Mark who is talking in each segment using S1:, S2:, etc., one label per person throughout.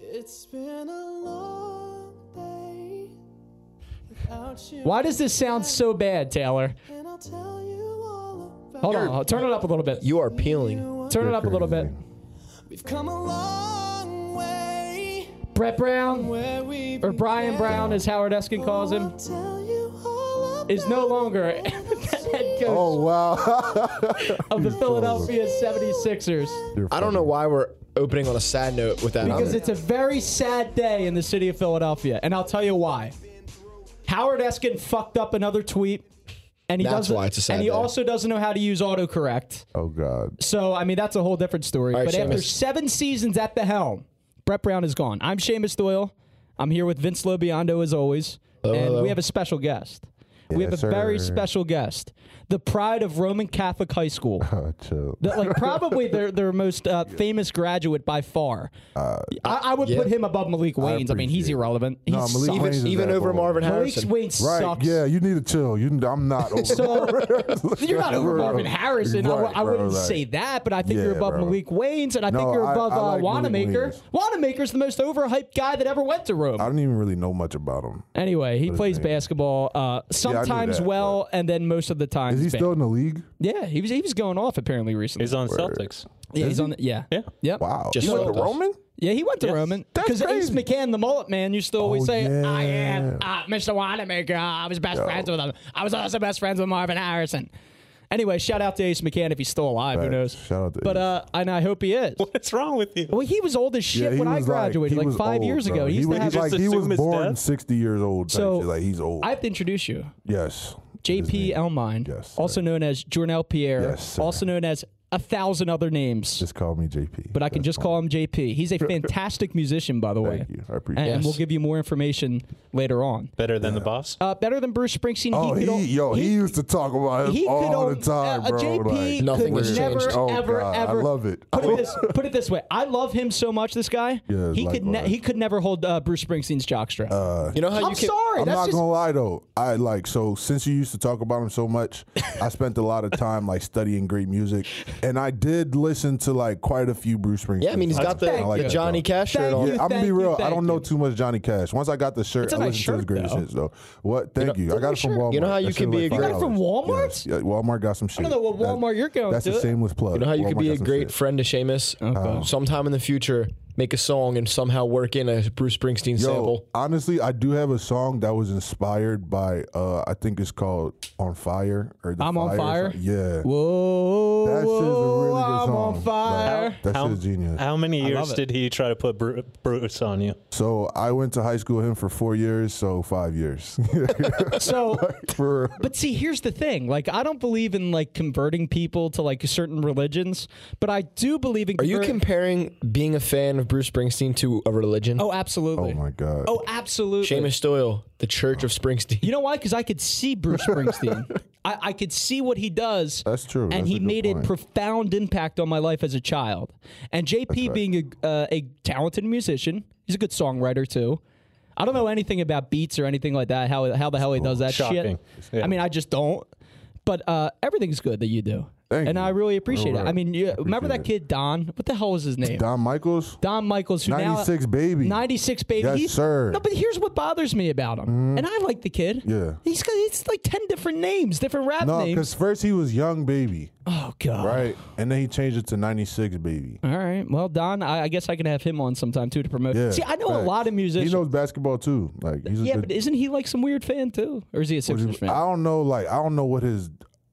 S1: It's been a long day without you.
S2: Why does this sound so bad, Taylor?
S1: And I'll tell you all about
S2: Hold on, uh, I'll turn it up a little bit.
S3: You are peeling.
S2: Turn it up a little bit.
S1: We've come a long way
S2: Brett Brown,
S1: where we
S2: or Brian Brown, as Howard Eskin calls him,
S1: tell you all about
S2: is no longer the head coach
S4: Oh wow!
S2: of the Philadelphia 76ers
S3: I don't know why we're opening on a sad note with that.
S2: because
S3: album.
S2: it's a very sad day in the city of Philadelphia, and I'll tell you why. Howard Eskin fucked up another tweet, and he
S3: That's
S2: doesn't.
S3: why it's a sad
S2: and he
S3: day.
S2: also doesn't know how to use autocorrect.
S4: oh god.
S2: So I mean, that's a whole different story.
S3: right,
S2: but after
S3: Seamus.
S2: seven seasons at the helm, Brett Brown is gone. I'm Seamus Doyle. I'm here with Vince Lobiondo as always, and
S3: hello.
S2: we have a special guest. we have a
S4: Yes,
S2: very
S4: sir.
S2: special guest, the pride of Roman Catholic High School.
S4: Oh, chill.
S2: The- like probably their their most uh, famous graduate by far. I, I would
S3: yeah.
S2: put him above Malik Wayne's. I, mean, he's
S4: Uh, appreciate it.
S2: irrelevant. He's
S4: No, Malik
S2: sucks.
S4: Wayne's
S3: even,
S4: is
S3: even
S4: that
S3: over
S4: old.
S3: Marvin
S2: Malik's
S3: Harrison.
S2: Wayne
S4: Right?
S2: sucks.
S4: Yeah, you need to chill. You, I'm not. Over
S2: So you're not over
S4: Bro.
S2: Marvin Harrison. I w-
S4: Right,
S2: I,
S4: bro,
S2: wouldn't
S4: right.
S2: say that, but I think
S4: Yeah,
S2: you're above
S4: bro.
S2: Malik Wayne's, and I think
S4: No,
S2: you're
S4: I-
S2: above
S4: I
S2: uh,
S4: like Malik
S2: Wanamaker.
S4: Waynes.
S2: Wanamaker's the most overhyped guy that ever went to Rome.
S4: I don't even really know much about him.
S2: anyway, he plays
S4: name?
S2: basketball uh, sometimes
S4: that,
S2: well, and then most of the time.
S4: Is he
S2: bad.
S4: still in the league?
S2: Yeah, he was. He was going off apparently recently.
S5: He's on Celtics.
S2: yeah, he's on. The, yeah,
S5: Yeah.
S2: yep.
S4: Wow.
S3: Just
S4: You went
S3: sold
S4: to
S3: us.
S4: Roman?
S2: Yeah, he went to Roman because Ace
S4: crazy.
S2: McCann, the mullet man, used to always
S4: Oh,
S2: say, "I
S4: yeah.
S2: am uh, Mr. Wanamaker. Uh, I was best friends with him. I was also best friends with Marvin Harrison." Anyway, shout out to Ace McCann if he's still alive. Who
S4: Right.
S2: knows?
S4: Shout out to
S2: But
S4: Ace.
S2: uh, and I hope he is.
S5: What's wrong with you?
S2: Well, he was old as
S4: Yeah,
S2: shit
S4: he
S2: when I
S4: was
S2: graduated,
S4: he
S2: like,
S4: was
S2: five
S4: old,
S2: years ago.
S4: bro.
S2: He
S4: He
S2: used
S4: was
S2: to have.
S4: he's like
S5: Just
S4: he was
S5: assume his
S4: born
S5: death?
S4: sixty years old. type
S2: So,
S4: shit. like he's old.
S2: I uh, have to introduce you,
S4: yes.
S2: J.P.
S4: His name-
S2: Elmine,
S4: Yes, sir.
S2: also known as Jornell Pierre,
S4: Yes, sir.
S2: also known as a thousand other names.
S4: Just call me JP.
S2: but I can just call him JP. He's a fantastic musician, by the way.
S4: Thank you. I appreciate.
S2: And,
S4: it.
S2: and we'll give you more information later on.
S5: Better than the boss?
S2: Uh, better than Bruce Springsteen.
S4: Oh, he,
S2: could al-
S4: yo, he, used to talk about him
S2: he could al-
S4: all the time,
S2: uh,
S4: bro.
S2: JP
S4: like,
S3: Nothing
S2: could
S3: has
S2: never,
S3: changed.
S4: Oh,
S2: ever,
S4: God, I
S2: ever.
S4: love it. Oh.
S2: Put it, this, put it this way: I love him so much. This guy,
S4: Yeah,
S2: he could ne-
S4: likewise. Uh,
S2: he could never hold uh, Bruce Springsteen's jockstrap.
S3: You know how
S2: I'm
S3: you can.
S2: sorry,
S4: I'm
S2: that's
S4: not
S2: just
S4: gonna lie though. I like so since you used to talk about him so much, I spent a lot of time like studying great music, and I did listen to like quite a few Bruce Springsteen.
S3: Yeah, I mean he's got the,
S4: songs. I like
S3: the
S4: that,
S3: Johnny
S4: bro.
S3: Cash shirt
S2: Thank
S3: on.
S2: you.
S4: Yeah, I'm gonna be
S2: Thank you,
S4: real. I
S2: thank
S4: don't know
S2: you.
S4: too much Johnny Cash. Once I got the shirt,
S2: It's a
S4: I
S2: nice
S4: listened to his
S2: shirt,
S4: greatest
S2: though.
S4: hits though. What? Thank you. I got it from
S2: shirt.
S4: Walmart.
S3: You know how
S4: That
S3: you
S4: shit
S3: could
S4: was
S3: be a
S4: like $5.
S3: great-
S2: You got it from Walmart?
S4: Yes. Yeah, Walmart got some shit.
S2: know what
S4: That-
S2: Walmart you're going
S4: That's
S2: to.
S4: a shameless plug.
S3: You know how you could
S4: Walmart
S3: be a
S4: got some
S3: great
S4: shit.
S3: friend to Seamus. Sometime in the future, make a song and somehow work in a Bruce Springsteen
S4: Yo,
S3: sample.
S4: honestly, I do have a song that was inspired by. uh I think it's called "On Fire" or the
S2: I'm on
S4: or
S2: fire?
S4: something. Yeah.
S2: Whoa,
S4: That shit is a really good
S2: I'm
S4: song.
S2: on fire.
S4: That
S5: How-
S4: shit is genius.
S5: How many
S2: love
S5: years
S2: it.
S5: did he try to put Bru- Bruce on you?
S4: So I went to high school with him for four years, so five years.
S2: so
S4: for
S2: But see, here's the thing. Like, I don't believe in like converting people to like certain religions, but I do believe in.
S3: Are you
S2: conver-
S3: comparing being a fan of Bruce Springsteen to a religion?
S2: Oh, absolutely.
S4: oh my god.
S2: Oh, absolutely.
S3: Seamus Doyle, the Church of Springsteen.
S2: You know why? Because I could see Bruce Springsteen. I, I could see what he does.
S4: That's true.
S2: And
S4: That's
S2: he
S4: a good
S2: made a
S4: point.
S2: profound impact on my life as a child. And JP, being a, uh, a talented musician, he's a good songwriter too. I don't know anything about beats or anything like that. How how the hell he does that
S5: Shocking.
S2: shit?
S5: Yeah.
S2: I mean, I just don't. But uh, everything's good that you do,
S4: Thank
S2: and
S4: you.
S2: I really appreciate it.
S4: Alright.
S2: I mean, you, remember that
S4: appreciate
S2: kid Don? What the hell was his name? Don,
S4: Don Michaels.
S2: Michaels, who now
S4: 96 baby.
S2: 96 baby.
S4: Yes,
S2: He's-
S4: sir. Mm-hmm.
S2: No, but here's what bothers me about him. And I like the kid.
S4: Yeah.
S2: He's got it's like 10 different names, different rap
S4: No,
S2: names.
S4: because first he was young baby,
S2: Oh god.
S4: right? And then he changed it to '96 baby.
S2: All right. Well, Don, I, I guess I can have him on sometime too to promote.
S4: Yeah.
S2: See, I know a
S4: facts.
S2: lot of musicians.
S4: He knows basketball too. Like he's a
S2: yeah,
S4: good-
S2: but isn't he like some weird fan too? Or is he a Sixers fan?
S4: I don't know. Like I don't know what his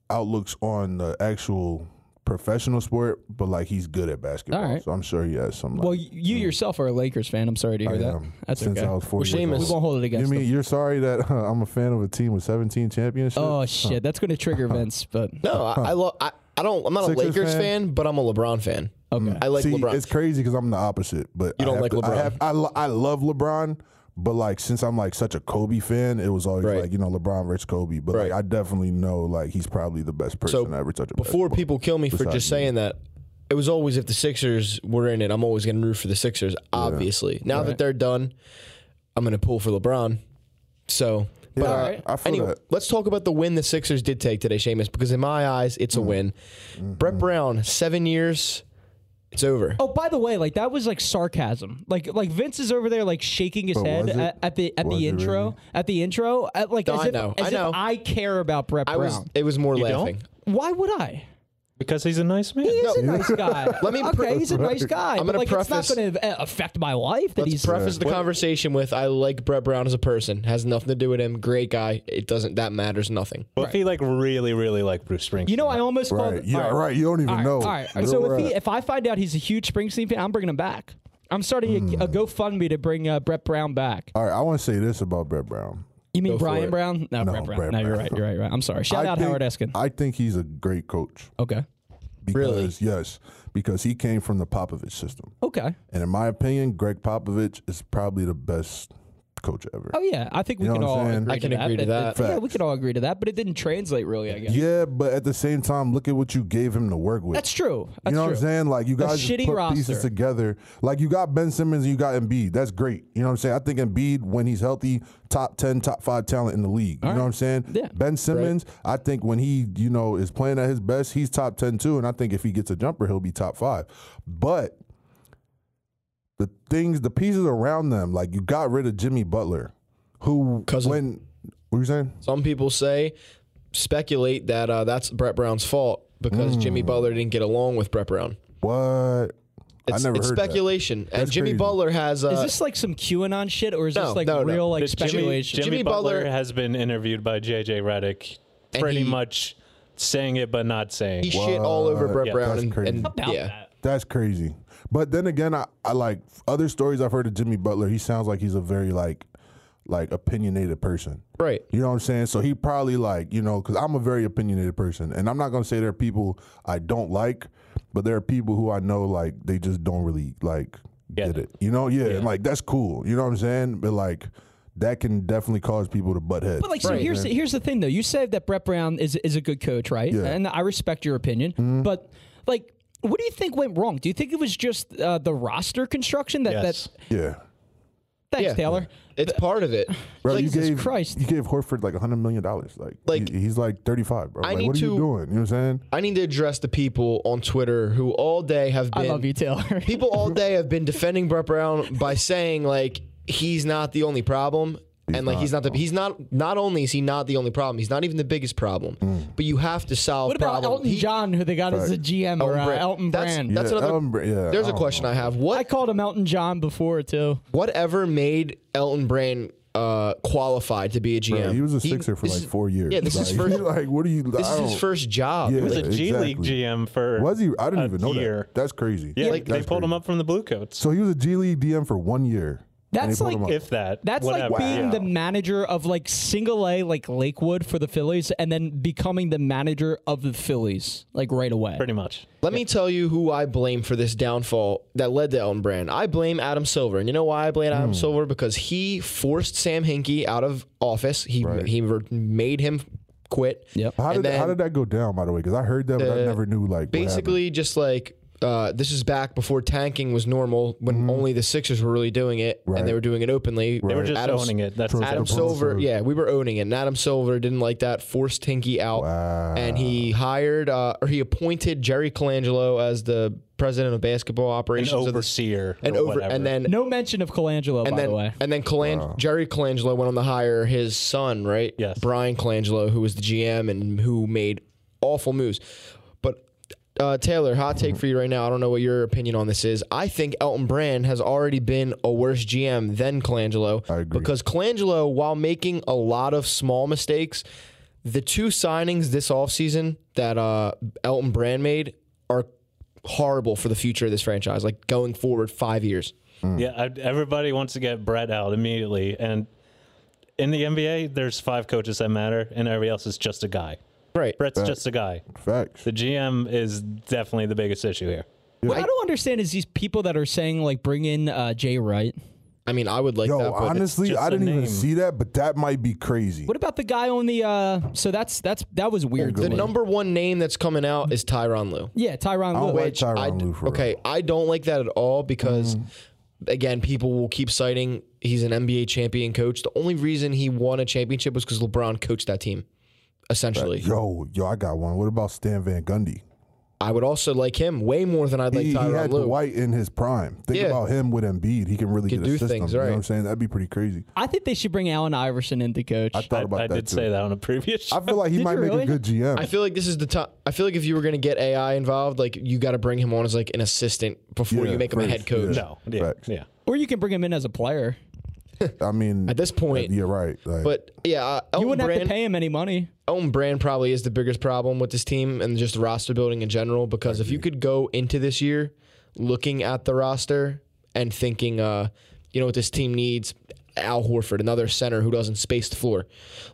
S4: outlooks on the actual professional sport, but like he's good at basketball,
S2: All right.
S4: so I'm sure he has some. Like,
S2: well, you yourself are a Lakers fan. I'm sorry to hear that.
S4: um,
S2: That's
S4: Mm. since
S2: okay.
S4: I was four
S3: Well,
S4: years
S3: Seamus-
S4: old.
S2: we won't hold it against
S4: You mean
S2: him.
S4: you're sorry that uh, I'm a fan of a team with 17 championships?
S2: Oh shit, that's going to trigger Vince, but
S3: No, I, I love. I, I don't. I'm not
S4: Sixers
S3: a Lakers
S4: fan?
S3: fan? but I'm a LeBron fan.
S2: Okay.
S3: I like
S4: See,
S3: LeBron.
S4: it's crazy because I'm the opposite. But I
S3: You don't
S4: have
S3: like
S4: to- I,
S3: LeBron.
S4: have, I, lo- I love LeBron, but like since I'm like such a Kobe fan, it was always
S3: Right.
S4: like you know LeBron versus Kobe. But like
S3: Right.
S4: I definitely know like he's probably the best person to ever touch a basketball.
S3: before people kill me for
S4: Besides
S3: just
S4: me.
S3: saying that, it was always if the Sixers were in it, I'm always going to root for the Sixers. Obviously, now that they're done, I'm going to pull for LeBron. So, but
S4: Yeah,
S3: uh,
S4: I- I feel
S3: anyway,
S4: that.
S3: let's talk about the win the Sixers did
S4: Mm. Mm-hmm.
S3: take today, Seamus, because in my eyes, it's a win. Brett Brown, seven years It's over.
S2: Oh, by the way, like that was like sarcasm. Like like Vince is over there like shaking his
S4: But
S2: head
S4: was it?
S2: at, at the at
S4: Was
S2: the
S4: it
S2: intro.
S4: really?
S2: At the intro, at, like
S3: No,
S2: as
S3: I
S2: if,
S3: know,
S2: as
S3: I
S2: if
S3: know.
S2: I care about Brett
S3: I
S2: Brown.
S3: was. It was more
S5: don't?
S3: laughing.
S2: Why would I?
S5: because he's a nice man.
S2: He's a nice guy.
S3: Let me
S2: okay,
S3: pre-
S2: he's a nice guy.
S3: I'm
S2: but,
S3: gonna
S2: like it's
S3: preface-
S2: not going to affect my life that
S3: Let's
S2: he's uh,
S3: preface the conversation with I like Brett Brown as a person. Has nothing to do with him. Great guy. It doesn't. That matters nothing.
S5: But if he like really, really liked Bruce Springsteen,
S2: You know, I almost called.
S4: Right. Yeah,
S2: all
S4: right. You don't even
S2: All right,
S4: know.
S2: All right.
S4: Real
S2: So if, he,
S4: rap.
S2: if I find out he's a huge Springsteen fan, I'm bringing him back. I'm starting
S4: Hmm.
S2: a, a GoFundMe to bring uh, Brett Brown back.
S4: All right, I want to say this about Brett Brown.
S2: You mean
S3: Go for
S2: Brian
S3: it.
S2: Brown? No, Brett Brown.
S4: Brett
S2: no, you're
S4: Brown.
S2: right. You're right. You're right. I'm sorry. Shout
S4: I
S2: out
S4: think-
S2: Howard Eskin.
S4: I think he's a great coach.
S2: okay.
S3: Really?
S4: Because, Yes, because he came from the Popovich system,
S2: Okay.
S4: and in my opinion, Greg Popovich is probably the best coach ever.
S2: Oh yeah, I think we
S4: You know
S2: can
S4: what I'm
S2: all.
S4: saying?
S2: Agree
S4: I
S3: can
S2: to
S3: agree
S2: that.
S3: to
S2: It-
S4: that.
S2: Yeah, we could all agree to that, but it didn't translate really. I guess.
S4: Yeah, but at the same time, look at what you gave him to work with.
S2: That's true. That's
S4: you know
S2: true.
S4: what I'm saying? Like you guys
S2: shitty
S4: just put
S2: roster.
S4: pieces together. Like you got Ben Simmons, and you got Embiid. That's great. You know what I'm saying? I think Embiid, when he's healthy, top ten, top five talent in the league. you know what I'm saying?
S2: Yeah.
S4: Ben Simmons, I think when he, you know, is playing at his best, he's top ten too. And I think if he gets a jumper, he'll be top five. But the things, the pieces around them, like you got rid of Jimmy Butler, who
S3: Cousin.
S4: when what were you saying?
S3: Some people say, speculate that uh, that's Brett Brown's fault because Jimmy
S4: Mm.
S3: Butler didn't get along with Brett Brown.
S4: What?
S3: It's,
S4: I never
S3: it's
S4: heard that.
S3: speculation. And
S4: That's
S3: Jimmy
S4: crazy.
S3: Butler has. Uh,
S2: Is this like some QAnon shit, or is
S3: No,
S2: this like
S3: no, no.
S2: real like
S5: But Jimmy,
S2: speculation?
S5: Jimmy,
S3: Jimmy
S5: Butler,
S3: Butler-
S5: has been interviewed by JJ Redick,
S3: And
S5: pretty
S3: he-
S5: much saying it but not saying.
S3: he shit all over Brett
S5: Yeah,
S3: Brown
S4: that's
S3: and,
S4: crazy.
S3: and-
S2: About
S3: yeah.
S2: that.
S4: That's crazy. But then again, I, I like other stories I've heard of Jimmy Butler. He sounds like he's a very like like opinionated person.
S3: Right.
S4: You know what I'm saying? So he probably like, you know, because I'm a very opinionated person. And I'm not going to say there are people I don't like, but there are people who I know like they just don't really like
S5: Get
S4: get,
S5: it.
S4: it. You know? Yeah. And like that's cool. You know what I'm saying? But like that can definitely cause people to butt heads.
S2: But like, so
S3: Right.
S2: here's the, here's the thing though. You said that Brett Brown is is a good coach, right?
S4: Yeah.
S2: And I respect your opinion,
S3: Mm-hmm.
S2: but like, what do you think went wrong? Do you think it was just uh, the roster construction that
S5: Yes.
S2: that?
S4: yeah.
S2: Thanks,
S3: Yeah.
S2: Taylor.
S3: It's part of it.
S4: Bro,
S3: Like,
S4: you
S2: Jesus
S4: gave,
S2: Christ.
S4: You gave Horford like $100 million. Like,
S3: Like-
S4: he- he's like 35, bro.
S3: I
S4: like,
S3: need
S4: what are
S3: to-
S4: you doing? You know what I'm saying?
S3: I need to address the people on Twitter who all day have
S2: I
S3: been.
S2: love you, Taylor.
S3: people all day have been defending Brett Brown by saying like he's not the only problem. and like he's not the he's not not only is he not the only problem, he's not even the biggest problem.
S4: Mm.
S3: But you have to solve
S2: what about
S3: problem.
S2: Elton
S3: He-
S2: John, who they got as a GM or uh,
S3: Brand.
S2: Elton
S3: That's-
S2: Brand?
S3: That's
S4: yeah,
S3: another-
S4: um, br- yeah,
S3: There's a
S4: I
S3: question I have.
S2: I
S3: What
S2: called him Elton John before too.
S3: whatever made Elton Brand uh, qualified to be a GM?
S4: don't know. He was a Sixer for
S3: this
S4: like
S3: is-
S4: four years.
S3: Yeah, this
S4: like,
S3: is first.
S4: like, what are you?
S3: This
S4: I
S3: is his
S4: don't-
S3: first job.
S4: Yeah.
S5: He was a G League
S4: exactly.
S5: GM for
S4: Was he? I
S5: a
S4: didn't even know
S5: year.
S4: that. That's crazy.
S5: Yeah, like, they
S4: That's
S5: pulled him
S4: crazy.
S5: up from the Bluecoats.
S4: So he was a G League DM for one year. and
S2: That's
S4: they pulled
S2: like
S4: him up.
S5: if that.
S2: That's
S5: whatever.
S2: like being the manager of like single A, like Lakewood for the Phillies, and then becoming the manager of the Phillies, like right away.
S5: pretty much.
S3: Let me tell you who I blame for this downfall that led to Elton Brand. I blame Adam Silver. And you know why I blame
S4: Hmm.
S3: Adam Silver? Because he forced Sam Hinkie out of office. He he re- made him quit.
S2: Yep.
S4: how
S3: and
S4: did how
S3: then-
S4: did that go down? By the way, because I heard that, but I never knew. Like what happened.
S3: Basically, just like uh, this is back before tanking was normal when only the Sixers were really doing it and they
S4: Mm-hmm. Right.
S3: were doing it openly.
S5: They were just owning it. That's
S3: Adam
S4: Adam
S3: Silver,
S4: Silver.
S3: yeah, we were owning it. And Adam Silver didn't like that, forced Tinky out, and he hired uh, or he appointed Jerry Colangelo as the president of basketball
S5: an
S3: operations, of the-
S5: overseer
S3: and
S5: or
S3: over,
S5: whatever.
S3: and then
S2: No mention of Colangelo,
S3: and
S2: by
S3: then
S2: the way.
S3: and then Colang- Jerry Colangelo went on to hire his son, right?
S5: Yes.
S3: Brian Colangelo, who was the GM and who made awful moves. But uh, Taylor, hot take for you right now. I don't know what your opinion on this is. I think Elton Brand has already been a worse GM than Colangelo. I
S4: agree.
S3: Because Colangelo, while making a lot of small mistakes, the two signings this offseason that uh, Elton Brand made are horrible for the future of this franchise, like going forward five years.
S4: Hmm.
S5: yeah, I, everybody wants to get Brett out immediately. And in the NBA, there's five coaches that matter, and everybody else is just a guy.
S3: Right.
S5: Brett's just a guy.
S4: facts.
S5: The GM is definitely the biggest issue here.
S2: What I don't understand is these people that are saying like bring in uh, Jay Wright.
S3: I mean, I would like
S4: Yo,
S3: that. But
S4: honestly,
S5: just
S4: I
S5: a
S4: didn't even
S5: name.
S4: see that, but that might be crazy.
S2: What about the guy on the? uh So that's that's that was weird.
S3: Oh, The
S2: to me.
S3: number one name that's coming out is Tyron Lue.
S2: yeah, Tyron Lue.
S4: don't like Tyronn
S3: I d-
S4: Lue for
S3: okay,
S4: real. Mm-hmm.
S3: I don't like that at all because, again, people will keep citing he's an NBA champion coach. The only reason he won a championship was because LeBron coached that team, essentially.
S4: Yo, yo, I got one. What about Stan Van Gundy?
S3: I would also like him way more than I'd like
S4: He, he
S3: Tyronn
S4: had
S3: Lue.
S4: Dwight in his prime. Think
S3: Yeah.
S4: about him with Embiid. He can really
S3: Can
S4: get
S3: do
S4: a system.
S3: things,
S4: You know
S3: right.
S4: what I'm saying? That'd be pretty crazy.
S2: I think they should bring Allen Iverson in to coach.
S4: I thought about
S5: I
S4: that
S5: did
S4: too.
S5: say that on a previous show.
S4: I feel like he
S2: Did
S4: might
S2: you
S4: make
S2: really?
S4: a good GM.
S3: I feel like this is the time. I feel like if you were going to get AI involved, like you got to bring him on as like an assistant before
S4: Yeah,
S3: you make him a
S4: first,
S3: head coach.
S5: no, yeah,
S4: Facts.
S5: yeah.
S2: or you can bring him in as a player.
S4: I mean,
S3: At this point-
S4: you're right. Like,
S3: But yeah, uh,
S2: You
S3: Elton
S2: wouldn't have
S3: Brand,
S2: to pay him any money.
S3: Elton Brand probably is the biggest problem with this team and just roster building in general. Because if you could go into this year looking at the roster and thinking, uh, you know what this team needs, Al Horford, another center who doesn't space the floor,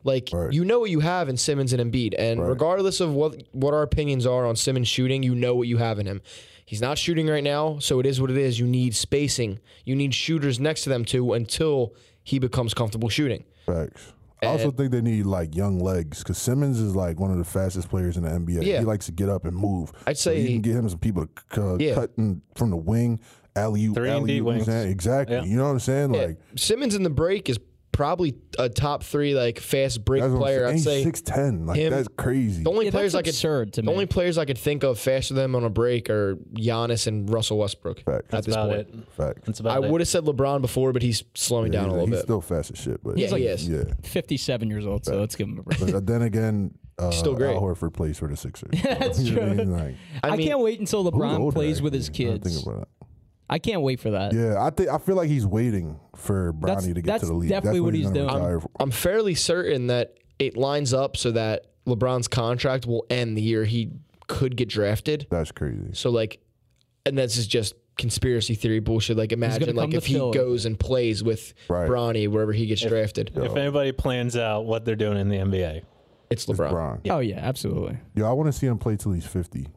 S3: like
S4: Right.
S3: you know what you have in Simmons and Embiid, and regardless of what what our opinions are on Simmons shooting, you know what you have in him. He's not shooting right now, so it is what it is. You need spacing. You need shooters next to them too until he becomes comfortable shooting.
S4: Facts. I also think they need like young legs because Simmons is like one of the fastest players in the NBA.
S3: Yeah.
S4: He likes to get up and move.
S3: I'd
S4: So
S3: say-
S4: you can get him some people to c- uh,
S3: Yeah.
S4: cut in from the wing, alley oop,
S5: Three and D
S4: alley oop.
S5: wings.
S4: Exactly.
S5: Yeah.
S4: You know what I'm saying? Like
S3: Simmons in the break is probably a top three like fast break
S4: that's what I'm
S3: player.
S4: saying.
S3: I'd
S4: And
S3: say
S4: He's six ten. Like
S3: him-
S4: that's crazy.
S3: the only
S2: Yeah,
S3: players
S2: that's
S3: I could
S2: absurd to
S3: the
S2: me.
S3: only players I could think of faster than them on a break are Giannis and Russell Westbrook.
S4: Facts.
S3: At
S4: That's
S3: this
S5: About
S3: point,
S5: it.
S4: Fact.
S5: That's about
S3: I
S5: it.
S3: would have said LeBron before, but he's slowing down a
S4: he's,
S3: little
S4: he's
S3: bit.
S4: still fast as shit, but
S3: Yeah, he is.
S4: Yeah.
S2: 57 years old, so let's give him a break.
S4: But then again, uh,
S3: Still great.
S4: Al Horford plays for the Sixers. That's
S2: true.
S4: Like,
S2: I,
S3: mean-
S2: can't wait until
S4: who's
S2: LeBron
S4: older,
S2: plays with his
S4: actually? I didn't
S2: kids.
S4: Think about that.
S2: I can't wait for that.
S4: Yeah, I think I feel like he's waiting for Bronny
S2: That's-
S4: to get
S2: that's
S4: to the league.
S2: definitely
S4: that's
S2: what he's
S4: gonna
S2: doing.
S4: retire for.
S3: I'm fairly certain that it lines up so that LeBron's contract will end the year he could get drafted.
S4: That's crazy.
S3: So like, and this is just conspiracy theory bullshit. Like imagine like
S2: come to
S3: if he
S2: Philly.
S3: goes and plays with
S4: Right.
S3: Bronny wherever he gets drafted,
S5: if anybody plans out what they're doing in the NBA,
S3: it's LeBron.
S4: Bron.
S2: Oh yeah, absolutely.
S4: Yo, I want to see him play till he's fifty.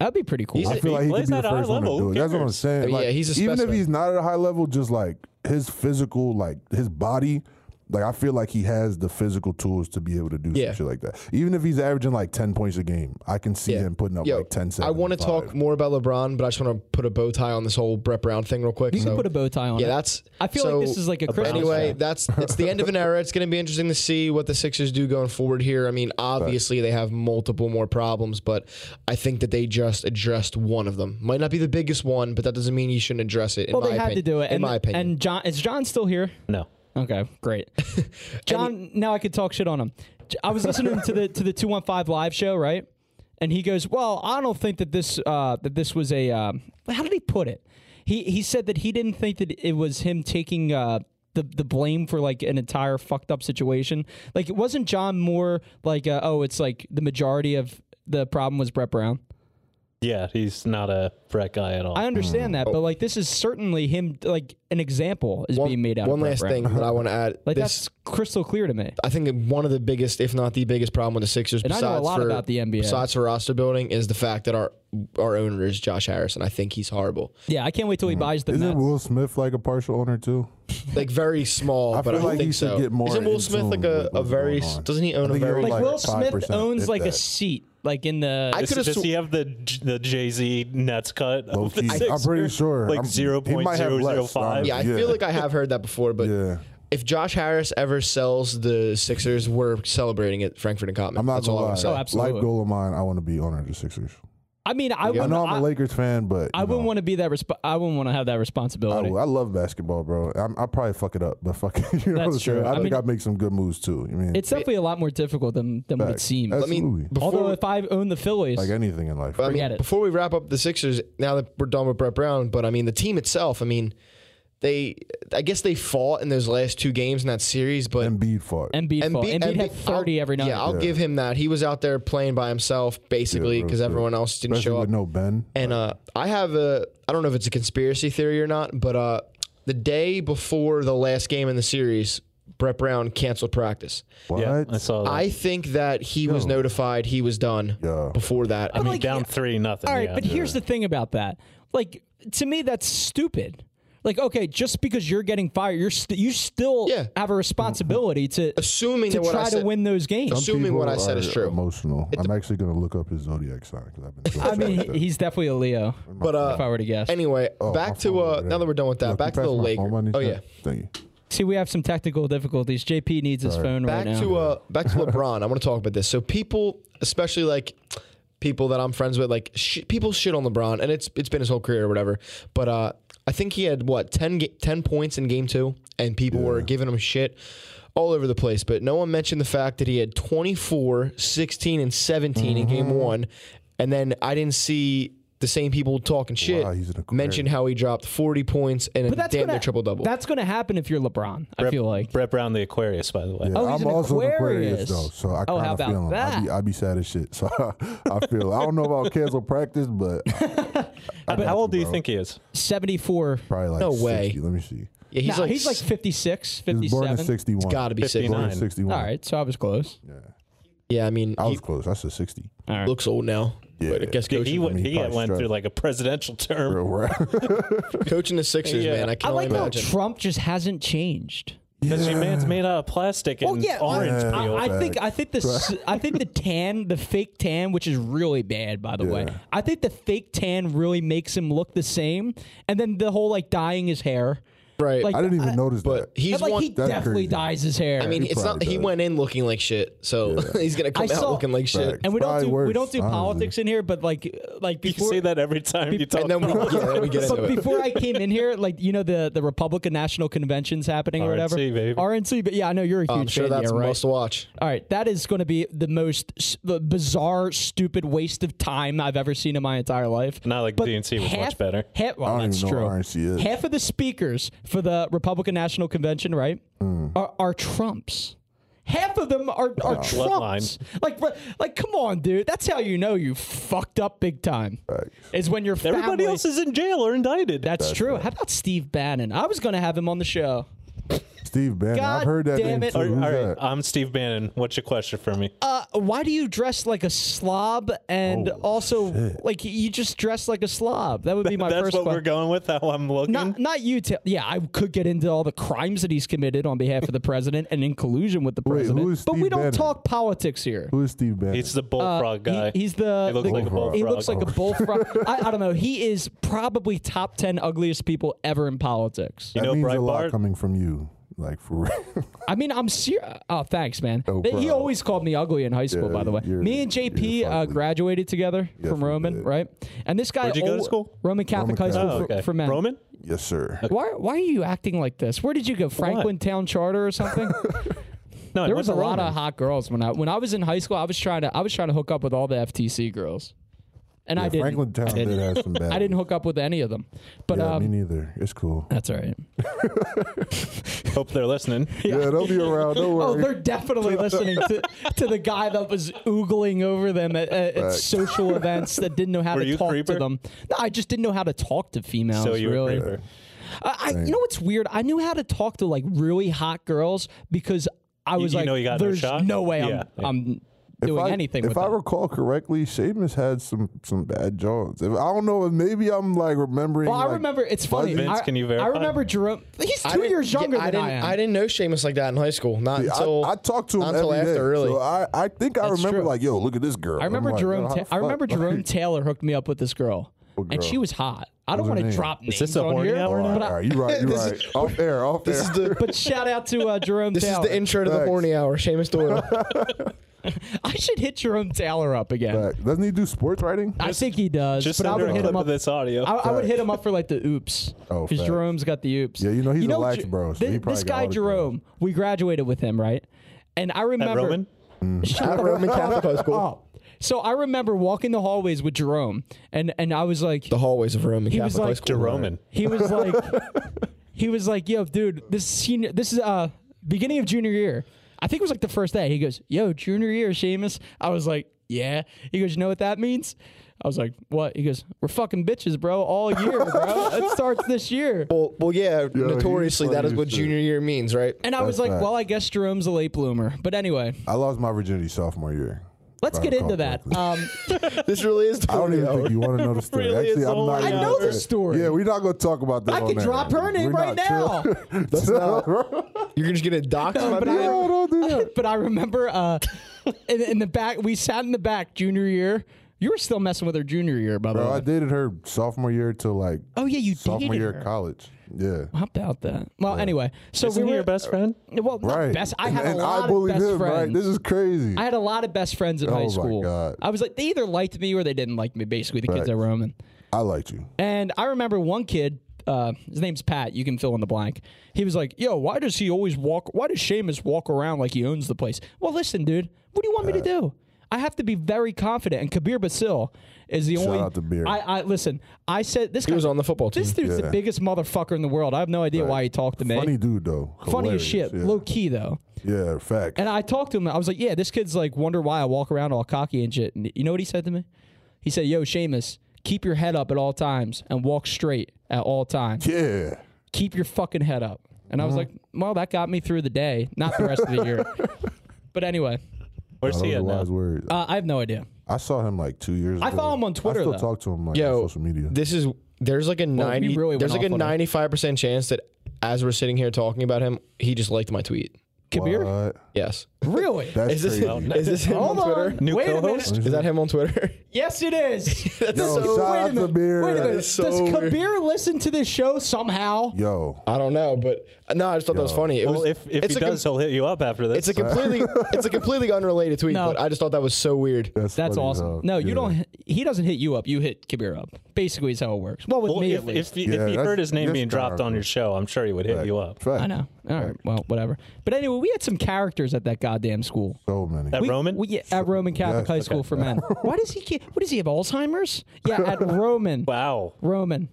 S2: That'd be pretty cool.
S5: He's
S4: I
S5: a-
S4: feel like he
S5: plays
S4: could be
S5: at
S4: the
S5: a high
S4: first one to
S5: level.
S4: do
S5: Who
S4: it. That's what I'm
S5: cares?
S4: saying.
S3: Yeah,
S4: Like,
S3: he's a
S4: even if
S3: specimen.
S4: he's not at a high level, just like his physical, like his body, like I feel like he has the physical tools to be able to do
S3: Yeah.
S4: some shit like that. Even if he's averaging like ten points a game, I can see
S3: Yeah.
S4: him putting up
S3: Yo,
S4: like 10
S3: I want to talk more about LeBron, but I just want to put a bow tie on this whole Brett Brown thing real quick.
S2: You
S3: so.
S2: can put a bow tie on
S3: yeah,
S2: it.
S3: that's.
S2: I feel
S3: so-
S2: like this is like a Christmas.
S3: Anyway,
S2: show.
S3: that's it's the end of an era. It's going to be interesting to see what the Sixers do going forward here. I mean, obviously they have multiple more problems, but I think that they just addressed one of them. Might not be the biggest one, but that doesn't mean you shouldn't address it. In
S2: well,
S3: my
S2: they had
S3: opinion,
S2: to do it.
S3: In
S2: and,
S3: my opinion,
S2: and John is John still here?
S5: no.
S2: Okay, great. John, now I could talk shit on him. J- I was listening to the to the two one five live show, right? And he goes, "Well, I don't think that this uh, that this was a um, how did he put it? He he said that he didn't think that it was him taking." Uh, the, the blame for like an entire fucked up situation like it wasn't John Moore like uh, oh it's like the majority of the problem was Brett Brown
S5: Yeah, he's not a Brett guy at all.
S2: I understand that but like this is certainly him like an example is being made out
S3: one
S2: of Brett
S3: last
S2: Brown.
S3: thing that I want to add.
S2: like that's
S3: this,
S2: crystal clear to me
S3: I think that one of the biggest, if not the biggest, problem with the Sixers,
S2: And I
S3: besides
S2: know a lot
S3: for
S2: about the NBA.
S3: besides for roster building, is the fact that our our owner is Josh Harrison. I think he's horrible,
S2: yeah I can't wait till
S3: Mm-hmm.
S2: he buys the
S4: Isn't
S2: Mets.
S4: Will Smith like a partial owner too?
S3: like very small.
S4: I feel
S3: but I don't
S4: like he
S3: think
S4: should
S3: so.
S4: get more
S3: Isn't Will
S4: in
S3: Smith
S4: tune
S3: like
S4: with
S3: a, a
S4: what's
S3: very?
S4: going on.
S3: Doesn't he own
S4: I
S3: a
S4: think he
S3: very?
S4: owns,
S2: like
S4: like
S2: Will Smith
S4: 5%,
S2: owns
S4: if
S2: like a
S4: that.
S2: seat, like in the.
S3: I
S5: Does-
S3: could've
S5: Does
S3: sw-
S5: he have the J- the Jay Z Nets cut?
S4: Low
S5: Of the
S4: key. I'm
S5: Sixers?
S4: pretty sure.
S5: Like
S4: I'm-
S5: zero
S4: he
S5: point
S4: might have
S5: zero
S4: less,
S5: zero five.
S4: honestly.
S3: yeah, I
S4: Yeah.
S3: feel like I have heard that before, but
S4: Yeah.
S3: if Josh Harris ever sells the Sixers, we're celebrating at Frankfurt and Cotman.
S4: I'm not
S3: That's all
S4: gonna lie.
S3: I want to say.
S2: Oh, absolutely.
S4: Life goal of mine, I want to be owner of the Sixers.
S2: I mean, I
S4: I
S2: wouldn't.
S4: know I'm a
S2: I,
S4: Lakers fan, but
S2: I
S4: you
S2: wouldn't
S4: know,
S2: want to be that. Resp- I wouldn't want to have that
S4: I,
S2: responsibility.
S4: will. I love basketball, bro. I'm, I probably fuck it up, but fuck it. You
S2: That's
S4: know what I'm saying?
S2: true.
S4: I,
S2: I
S4: think
S2: mean-
S4: I make some good moves too. I mean,
S2: it's definitely a lot more difficult than than what it
S4: Facts.
S2: seems.
S4: That's-
S3: I mean,
S4: Absolutely.
S3: before,
S2: Although if I own the Phillies,
S4: like anything in life.
S3: I
S2: forget
S3: mean,
S2: it.
S3: before we wrap up the Sixers, now that we're done with Brett Brown, but I mean the team itself. I mean, they, I guess they fought in those last two games in that series, but
S4: Embiid fought.
S2: Embiid, fall. Embiid, had
S3: I'll-
S2: thirty every night.
S3: Yeah, I'll give him that. He was out there playing by himself basically
S4: bro,
S3: because
S4: yeah.
S3: everyone else didn't
S4: Especially
S3: show up.
S4: with no Ben.
S3: And uh, I have a, I don't know if it's a conspiracy theory or not, but uh, the day before the last game in the series, Brett Brown canceled practice.
S4: What?
S5: Yeah, I saw that.
S3: I think that he was notified he was done
S4: Yeah.
S3: before that.
S5: I mean,
S2: like,
S5: down
S2: yeah.
S5: three nothing.
S2: All right,
S5: yeah.
S2: but here's the thing about that. Like to me, that's stupid. Like okay, just because you're getting fired, you're st- you still
S3: Yeah.
S2: have a responsibility to
S3: assuming
S2: to
S3: that what I
S2: try
S3: said,
S2: to win those games.
S3: assuming
S4: People
S3: what I said
S4: are
S3: is true.
S4: Emotional. I'm actually gonna look up his zodiac sign because I've been. so
S2: I mean,
S4: upset.
S2: he- he's definitely a Leo.
S3: But uh,
S2: if I were to guess,
S3: anyway,
S4: my
S3: back to
S4: phone
S3: uh,
S4: over there.
S3: now that we're done with that,
S4: Look, you
S3: back to the
S4: passed my phone
S3: Lakers.
S4: by any
S3: Oh yeah,
S4: chance? Thank you.
S2: see, we have some technical difficulties. JP needs his phone
S3: back
S2: right now.
S3: to uh, back to LeBron. I want to talk about this. So people, especially like people that I'm friends with, like sh- people shit on LeBron, and it's it's been his whole career or whatever. But uh, I think he had what 10, ga- 10 points in game two, and people were giving him shit all over the place. But no one mentioned the fact that he had 24, 16, and 17 in game
S2: Mm-hmm.
S3: one. And then I didn't see the same people talking shit
S4: Wow, he's an aquarium.
S3: mention how he dropped 40 points and a
S2: But that's
S3: damn
S2: gonna
S3: near triple double.
S2: That's gonna happen if you're LeBron. I feel like
S5: Brett Brown, the Aquarius, by the way.
S4: Yeah,
S2: Oh, he's
S4: I'm
S2: an
S4: also
S2: Aquarius.
S4: an Aquarius though, so I
S2: Oh,
S4: kind
S2: how
S4: of
S2: about
S4: feel him. I be,
S2: that?
S4: I be sad as shit, so I feel. I don't know about cancel practice, but
S5: How- How old do you think he is?
S2: 74.
S4: probably like
S3: No way.
S4: 60. Let me see.
S3: yeah, he's
S2: Nah,
S3: like,
S2: he's like 56,
S4: He was born in
S2: 57.
S4: 61.
S3: it's got to be six.
S5: 59.
S4: Born in 61.
S2: All right, so I was close.
S3: Yeah, I mean,
S4: I
S3: he
S4: was close. I said 60.
S2: All right.
S3: looks old now.
S4: Yeah.
S3: But I guess
S5: Dude,
S3: coaching,
S5: he went,
S4: mean, he
S5: he
S4: probably
S5: went through
S4: struggled.
S5: like a presidential term.
S3: coaching the Sixers,
S5: Yeah.
S3: man. I can
S2: I
S3: only
S2: like how
S3: imagine.
S2: Trump just hasn't changed.
S5: Because your man's made out of plastic and
S2: Well, yeah,
S5: orange
S4: Yeah.
S2: I,
S5: peel.
S2: I
S4: back.
S2: think I think the s- I think the tan, the fake tan, which is really bad by the way.
S4: Yeah.
S2: I think the fake tan really makes him look the same. And then the whole like dyeing his hair,
S3: right.
S2: like
S4: I didn't even notice
S3: but
S4: that.
S3: he's
S2: and, like
S3: one.
S2: he
S4: that's
S2: definitely
S4: crazy.
S2: dyes his hair.
S3: I mean,
S4: He
S3: it's not.
S4: probably
S3: He
S4: does.
S3: went in looking like shit, so he's gonna come
S2: I
S3: out
S2: saw-
S3: looking like shit.
S4: Facts.
S2: and we don't
S4: probably
S2: do we
S4: worse,
S2: don't do
S4: honestly.
S2: politics in here, but like like
S5: you
S2: before
S5: say that every time you talk.
S3: And then we,
S5: about
S3: yeah, then we get into
S2: but
S3: it.
S2: before I came in here, like you know the the Republican National Convention's happening or whatever.
S5: RNC, baby.
S2: RNC, but yeah, I know you're a huge
S3: I'm sure
S2: fan,
S3: that's
S2: yeah, right?
S3: must watch.
S2: All right, that is going to be the most s- the bizarre, stupid waste of time I've ever seen in my entire life.
S5: Not like
S2: But
S5: DNC was much
S2: half-
S5: better.
S2: Half, well,
S4: I don't
S2: that's
S4: even know
S2: true.
S4: what RNC is.
S2: Half of the speakers for the Republican National Convention, right,
S4: Mm.
S2: are, are Trumps. Half of them are, are Trumps.
S5: Bloodline.
S2: Like, bro- like, come on, dude. That's how you know you fucked up big time. Is when your family.
S5: Everybody else is in jail or indicted.
S2: That's, true. How about Steve Bannon? I was going to have him on the show.
S4: Steve Bannon.
S2: God
S4: I've heard that
S2: damn
S4: name
S2: it.
S4: too.
S5: All right,
S4: Who's
S5: all right,
S4: that?
S5: I'm Steve Bannon. What's your question for me?
S2: uh, why do you dress like a slob and
S4: Oh,
S2: also like you just dress like a slob? That would be my
S5: That's
S2: first
S5: what we're
S2: question.
S5: going with. How I'm looking.
S2: Not, not you. Ta- yeah, I could get into all the crimes that he's committed on behalf of the president and in collusion with the
S4: who
S2: president.
S4: is
S2: but we
S4: Steve
S2: don't
S4: Bannon?
S2: talk politics here.
S4: Who is Steve Bannon?
S5: He's the
S2: Uh,
S5: bullfrog guy.
S2: he- he's the.
S5: He looks
S2: the-
S5: like a bullfrog.
S2: He looks like a bullfrog. I, I don't know. He is probably top ten ugliest people ever in politics.
S5: You
S4: that
S5: know
S4: means a lot
S5: Breitbart?
S4: coming from you. Like for real.
S2: I mean, I'm serious. Oh, thanks, man.
S4: Oh,
S2: They- he
S4: bro.
S2: always called me ugly in high school,
S4: Yeah,
S2: by the way.
S4: you're-
S2: Me and JP
S4: you're
S2: uh,
S4: ugly.
S2: graduated together from
S4: we
S2: Roman,
S4: did.
S2: right? And this guy.
S5: Where'd you go to
S2: al-
S5: school?
S2: Roman Catholic High School
S5: oh,
S2: for,
S5: okay.
S2: for men.
S5: Roman.
S4: yes, sir.
S2: Why, why are you acting like this? Where did you go? Franklin Town Charter or something?
S5: No, I
S2: there
S5: went
S2: was
S5: to
S2: a lot
S5: Roman.
S2: of hot girls when I when I was in high school. I was trying to I was trying to hook up with all the FTC girls, and I
S4: Yeah,
S2: didn't.
S4: Franklin Town did have some bad.
S2: I didn't hook up with any of them, but
S4: Yeah, me
S2: um,
S4: neither. It's cool.
S2: that's all right.
S5: Hope they're listening.
S4: Yeah, they'll be around. Don't
S2: Oh,
S4: worry.
S2: they're definitely listening to, to the guy that was oogling over them at, at, at social events that didn't know how
S5: Were
S2: to
S5: you
S2: talk to
S5: creeper?
S2: them. No, I just didn't know how to talk to females.
S5: so you
S2: really,
S5: were
S2: I, I, you know what's weird? I knew how to talk to like really hot girls because I was
S5: you
S2: like,
S5: know you got no
S2: "There's no,
S5: shot?"
S2: way I'm,
S5: Yeah.
S2: I'm
S4: If
S2: doing
S4: I-
S2: anything
S4: If
S2: with
S4: I
S2: them."
S4: recall correctly, Seamus had some some bad Jones. If, I don't know. Maybe I'm like remembering.
S2: well, I
S4: like,
S2: remember it's funny.
S4: fuzzy-
S5: Vince,
S2: I,
S5: can you verify?
S2: I remember Jerome. He's
S3: I
S2: two
S3: didn't-
S2: years
S3: yeah,
S2: younger
S3: I
S2: than
S3: didn't,
S2: I am.
S3: I didn't know Seamus like that in high school. Not
S4: I-
S3: until
S4: I, talked to him
S3: not until
S4: every
S3: after
S4: day,
S3: really.
S4: So I, I think I
S2: That's
S4: remember
S2: true.
S4: like, yo, look at this girl.
S2: I remember
S4: I'm like, yo,
S2: Jerome.
S4: how
S2: Ta-
S4: the
S2: I remember
S4: fuck?
S2: Jerome Taylor hooked me up with this girl, and
S4: girl?
S2: she was hot. I don't
S4: was her
S2: want to
S4: name?
S2: drop names
S5: this a
S2: on
S5: horny
S2: here,
S5: hour
S4: All
S2: but, I-
S4: right, you're right. You're right. off air. Off
S3: This
S4: air.
S3: is the
S2: but shout out to uh, Jerome
S3: this is
S2: Taylor.
S3: the intro to the
S4: Facts.
S3: horny hour. Seamus Doyle.
S2: I should hit Jerome Taylor up again.
S4: Back. Doesn't he do sports writing?
S2: I think he does,
S5: Just
S2: but I
S5: send her
S2: would
S5: a
S2: hit
S5: clip
S2: him
S5: of
S2: up.
S5: this audio.
S2: I, I would hit him up for like the oops,
S4: Oh,
S2: because
S4: facts.
S2: Jerome's got the oops.
S4: Yeah, you know, he's a lax
S2: Jer-
S4: bro, so
S2: thi-
S4: he probably
S2: this
S4: got all
S2: guy
S4: the
S2: Jerome, we graduated with him, right? And I remember
S5: Roman?
S2: Shut
S3: At
S2: the
S3: Roman Catholic High School.
S2: up. So I remember walking the hallways with Jerome, and and I was like,
S3: The hallways of Roman
S2: He
S3: Catholic
S2: was
S3: High
S2: like-
S3: School.
S5: to Roman.
S2: he was like he was like yo dude this senior this is uh beginning of junior year i think it was like the first day he goes yo junior year Seamus. i was like yeah he goes you know what that means i was like what he goes we're fucking bitches bro all year bro it starts this year
S3: Well, well, yeah.
S4: was
S3: notoriously, that is
S4: funny
S3: what
S4: as shit.
S3: junior year means, right?
S2: and i was
S4: That's
S2: like
S4: right.
S2: well i guess jerome's a late bloomer but anyway
S4: I lost my virginity sophomore year.
S2: let's
S4: If I
S2: get into
S4: recall
S2: that Uh,
S4: correctly.
S2: um
S3: This really is. The
S4: I don't
S3: horny
S4: even
S3: hour.
S4: think you want to know the story.
S5: Really,
S4: Actually,
S5: it's
S4: I'm
S5: all
S4: not.
S5: I
S4: even-
S2: know the story.
S4: Yeah, we're not gonna talk about this.
S2: i
S4: on
S2: can
S4: air.
S2: drop her name
S4: We're
S2: right
S4: not
S2: now
S4: sure. That's not.
S3: You're just gonna dox my
S2: but
S3: man?
S2: I-
S4: No, don't do that.
S2: but I remember uh, in, in the back, we sat in the back junior year. You were still messing with her junior year, by the
S4: Bro,
S2: way.
S4: I dated her sophomore year to like
S2: oh yeah, you
S4: sophomore
S2: dated
S4: year
S2: her. Oh,
S4: of college. Yeah.
S2: How about that? Well, anyway, so
S5: Isn't
S2: we
S5: he
S2: were
S5: your best friend?
S2: Well, not
S4: Right.
S2: best. I
S4: and,
S2: had
S4: and
S2: a lot
S4: I
S2: of
S4: bullied
S2: best
S4: him,
S2: friends.
S4: right? This is crazy.
S2: I had a lot of best friends in
S4: Oh
S2: high
S4: my
S2: school.
S4: God.
S2: I was like, they either liked me or they didn't like me. Basically, the kids
S4: Facts.
S2: that were roaming.
S4: I liked you.
S2: And I remember one kid, uh, his name's Pat. You can fill in the blank. He was like, "Yo, why does he always walk? Why does Seamus walk around like he owns the place?" Well, listen, dude, what do you want me to do? I have to be very confident. And Kabir Basil is the only.
S4: out to Beer.
S2: I, I listen. I said this. He
S3: was on the football
S2: This
S3: team.
S2: dude's the
S4: Yeah.
S2: biggest motherfucker in the world. I have no idea why he talked to me.
S4: Funny dude though.
S2: Funny as
S4: Hilarious.
S2: shit.
S4: Yeah.
S2: Low key though.
S4: Yeah, facts.
S2: And I talked to him. I was like, "Yeah, this kid's like wonder why I walk around all cocky and shit." And you know what he said to me? He said, "Yo, Seamus, keep your head up at all times and walk straight at all times.
S4: yeah.
S2: Keep your fucking head up." And I was
S5: Uh-huh.
S2: like, "Well, that got me through the day, not the rest of the year." But anyway,
S5: Where's
S4: Those
S5: he
S4: are
S5: at now?
S4: wise words.
S2: uh, I have no idea.
S4: I saw him like two years
S2: I
S4: ago.
S2: follow him on Twitter,
S4: I still
S2: though.
S4: talk to him like
S3: Yo,
S4: on social media.
S3: This is there's like a ninety.
S2: really
S3: there's
S2: went
S3: like a
S2: off on a-
S3: ninety-five percent chance that as we're sitting here talking about him, he just liked my tweet.
S2: Kabir,
S4: What?
S3: Yes.
S2: really?
S4: That's
S3: Is this
S4: crazy.
S3: is this him on
S2: Hold
S3: Twitter?
S2: on.
S5: New
S2: Wait
S5: co-host?
S2: a minute.
S3: Is that him on Twitter?
S2: Yes, it is. That's
S4: Yo, shout out to Kabir.
S2: Wait a
S4: That
S2: minute.
S4: is
S3: so
S2: Does
S3: weird.
S2: Kabir listen to this show somehow?
S4: Yo,
S3: I don't know, but no, I just thought that was funny. It
S5: Well,
S3: was,
S5: if, if
S3: it's a
S5: he
S3: com-
S5: does, he'll hit you up after this.
S3: it's a completely it's a completely unrelated tweet,
S2: No.
S3: but I just thought that was so weird.
S4: that's,
S2: That's
S4: funny,
S2: awesome.
S4: dog.
S2: No, you
S4: Yeah.
S2: don't. He doesn't hit you up. You hit Kabir up. Basically, is how it works. Well, with
S5: Well,
S2: me
S5: if,
S2: at least.
S5: if he,
S4: Yeah,
S5: if he
S4: that's-
S5: heard his name
S4: that's
S5: being dropped on
S4: kinda-
S5: your show, I'm sure he would hit you up.
S4: Fact.
S2: I know. All right. Well, whatever. But anyway, we had some characters at that goddamn school.
S4: So many.
S5: That
S2: We,
S5: Roman?
S2: We, yeah, at Roman Catholic
S4: Yes.
S2: High School for Men. Why does he? ke- What does he have? Alzheimer's? Yeah, at Roman.
S5: Wow.
S2: Roman.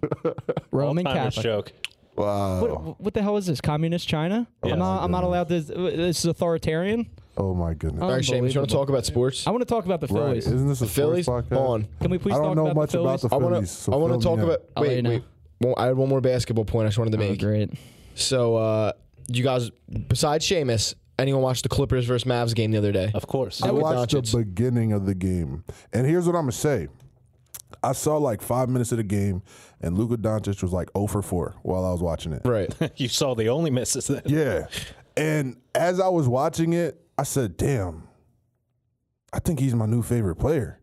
S2: Roman
S5: Alzheimer's
S2: Catholic.
S5: joke.
S4: wow.
S2: What, what the hell is this? Communist China?
S5: Yeah.
S2: I'm, not, I'm not allowed to. This is authoritarian.
S4: oh my goodness.
S3: All right, Seamus, you want to talk about sports?
S2: I want to talk about the
S4: right.
S2: Phillies.
S4: Isn't this a
S3: The Phillies?
S4: sports podcast?
S3: Hold on.
S2: Can we please
S4: I
S2: talk
S4: don't know
S2: about
S4: much
S2: the
S4: about
S2: Phillies?
S4: the
S3: I want
S4: Phillies.
S3: to
S4: so
S3: I want
S4: fill
S3: to talk
S4: me in.
S3: about
S2: I'll let you
S3: wait
S2: know.
S3: wait. Well, I had one more basketball point I just wanted to
S2: Oh,
S3: make.
S2: great.
S3: So, uh, you guys, besides Seamus, anyone watch the Clippers versus Mavs game the other day?
S5: Of course.
S4: I
S3: with
S4: watched
S3: Doncic.
S4: the beginning of the game, and here's what I'm gonna say. I saw like five minutes of the game, and Luka Doncic was like 0 for 4 while I was watching it.
S3: Right.
S5: you saw the only misses then.
S4: Yeah. And as I was watching it, I said, damn, I think he's my new favorite player.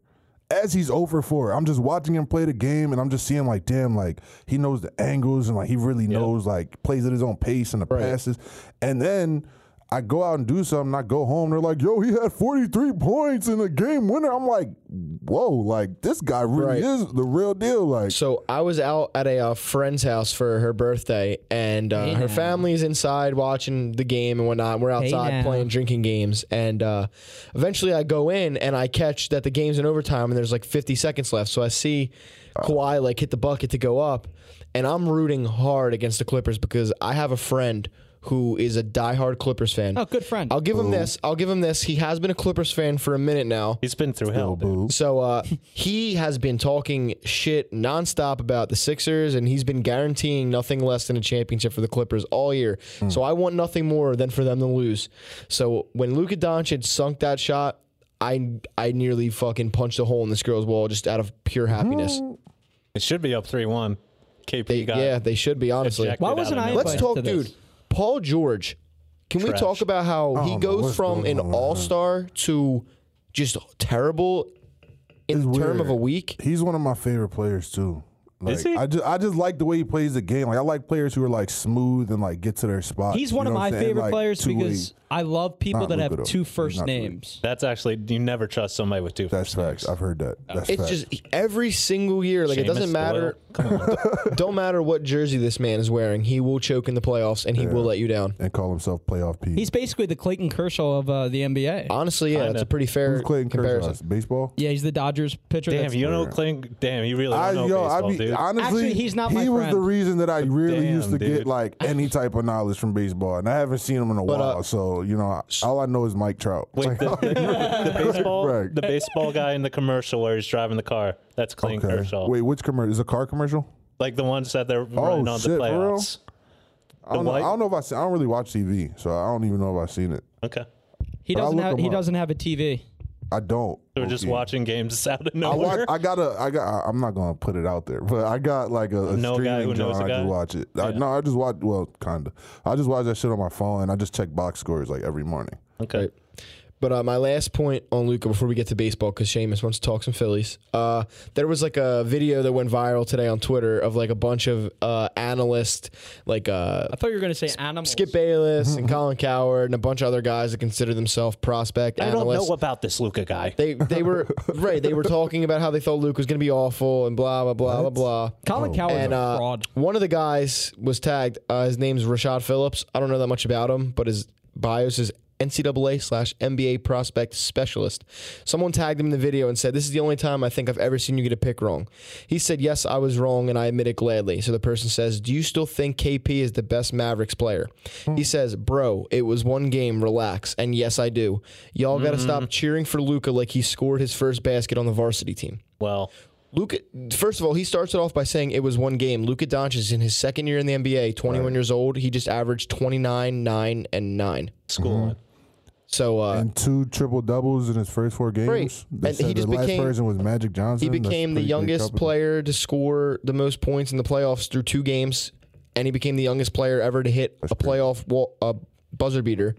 S4: As he's over for, I'm just watching him play the game and I'm just seeing like, damn, like he knows the angles and like he really knows like plays at his own pace and the passes. And then I go out and do something, I go home, they're like, yo, he had 43 points in the game winner. I'm like, whoa, like this guy really
S3: Right.
S4: is the real deal. Like
S3: So I was out at a uh, friend's house for her birthday, and uh, her family's inside watching the game and whatnot. We're outside
S2: now.
S3: playing drinking games, and uh, eventually I go in and I catch that the game's in overtime and there's like 50 seconds left. So I see Kawhi like hit the bucket to go up, and I'm rooting hard against the Clippers because I have a friend who is a diehard Clippers fan.
S2: Oh, good friend.
S3: I'll give him this. I'll give him this. He has been a Clippers fan for a minute now.
S5: He's been through hell. dude.
S4: boo.
S3: So uh, he has been talking shit nonstop about the Sixers, and he's been guaranteeing nothing less than a championship for the Clippers all year. So I want nothing more than for them to lose. So when Luka Doncic sunk that shot, I I nearly fucking punched a hole in this girl's wall just out of pure happiness.
S5: It should be up 3 1. KP
S3: They-
S5: got
S3: yeah, they should be honestly.
S5: ejected
S2: Why
S5: out of
S2: wasn't I
S5: nowhere.
S3: Let's
S2: But-
S3: talk,
S2: to this.
S3: dude. Paul George. Can we
S5: Trash.
S3: talk about how
S4: don't
S3: he
S4: know
S3: goes
S4: what's
S3: from
S4: going
S3: an
S4: on with him.
S3: all star to just terrible in
S4: It's
S3: the term
S4: weird.
S3: of a week?
S4: He's one of my favorite players too. Like,
S5: Is he?
S4: I just I just like the way he plays the game. Like I like players who are like smooth and like get to their spot.
S2: He's
S4: You
S2: one of
S4: know what
S2: my
S4: I'm saying?
S2: favorite
S4: Like,
S2: players
S4: two-way.
S2: because I love people
S4: Not
S2: that
S4: Luka,
S2: have
S4: though.
S2: two
S4: He's
S2: first
S4: not Luka.
S2: names.
S5: That's actually, you never trust somebody with two.
S4: that's facts. I've heard that. That's
S3: It's
S4: facts.
S3: just every single year, like it doesn't
S5: Seamus
S3: matter. don't matter what jersey this man is wearing, he will choke in the playoffs and he will let you down.
S4: and call himself playoff P.
S2: He's basically the Clayton Kershaw of uh, the NBA.
S3: Honestly, yeah, that's a pretty fair
S4: Who's Clayton
S3: comparison.
S4: Kershaw? Baseball.
S2: yeah, he's the Dodgers pitcher.
S5: Damn,
S2: that's-
S5: you know Clayton. Damn, you really don't
S4: I
S5: know
S4: yo,
S5: baseball,
S4: I be
S5: dude.
S4: honestly,
S2: Actually, he's not my
S4: he was the
S2: friend.
S4: reason that I really
S5: Damn,
S4: used to
S5: dude.
S4: get like any type of knowledge from baseball, and I haven't seen him in a
S3: uh,
S4: while. So you know, I- all I know is Mike Trout.
S5: Wait,
S4: Like,
S5: the, the, the baseball,
S4: Right.
S5: the baseball guy in the commercial where he's driving the car. That's Clayton
S4: okay.
S5: Kershaw.
S4: Wait, which commercial? Is it a car commercial?
S5: Like the ones that they're running on
S4: Oh, shit,
S5: the
S4: for real?
S5: playoffs.
S4: I don't, know, I
S5: white-
S4: don't know if I. See, I don't really watch TV, so I don't even know if I've seen it.
S5: Okay.
S2: he
S4: But I'll
S2: doesn't
S4: look
S2: have
S4: him
S2: he
S4: up.
S2: doesn't have a TV.
S4: I don't.
S5: So we're just
S4: Okay.
S5: watching games out of
S4: I watch,
S5: nowhere.
S4: I got a. I got. I- I'm not gonna put it out there, but I got like a, a
S5: Know a guy
S4: streaming
S5: who knows
S4: joint,
S5: a
S4: I
S5: guy?
S4: just watch it. I, no, I just watch. Well, kinda. I just watch that shit on my phone, and I just check box scores like every morning.
S5: okay.
S3: But uh, my last point on Luca before we get to baseball, because Seamus wants to talk some Phillies. Uh, there was like a video that went viral today on Twitter of like a bunch of uh, analysts, like uh,
S2: I thought you were going to say animals.
S3: Skip Bayless and Colin Coward and a bunch of other guys that consider themselves prospect
S5: I
S3: analysts.
S5: don't know about this Luca guy.
S3: They they were right. They were talking about how they thought Luke was going to be awful and blah blah blah blah blah.
S2: Colin Coward's
S3: And
S2: a
S3: uh,
S2: fraud.
S3: one of the guys was tagged. Uh, his name's Rashad Phillips. I don't know that much about him, but his bios is NCAA slash NBA prospect specialist. Someone tagged him in the video and said, "This is the only time I think I've ever seen you get a pick wrong." He said, "Yes, I was wrong, and I admit it gladly." So the person says, "Do you still think KP is the best Mavericks player?"
S2: Hmm.
S3: He says, "Bro, it was one game. Relax." And yes, I do. Y'all got to
S2: Mm-hmm.
S3: stop cheering for Luca like he scored his first basket on the varsity team.
S5: Well,
S3: Luka, first of all, he starts it off by saying it was one game. Luka Doncic is in his second year in the NBA, 21 years old. He just averaged 29, 9, and 9.
S2: Mm-hmm.
S5: schooling.
S3: So uh,
S4: and two triple doubles in his first four games.
S3: Right.
S4: They
S3: And
S4: said
S3: he just
S4: the last
S3: became-
S4: person was Magic Johnson.
S3: he
S4: That's
S3: became the
S4: pretty big
S3: youngest
S4: company.
S3: player to score the most points in the playoffs through two games, and he became the youngest player ever to hit a playoff wall, a buzzer beater.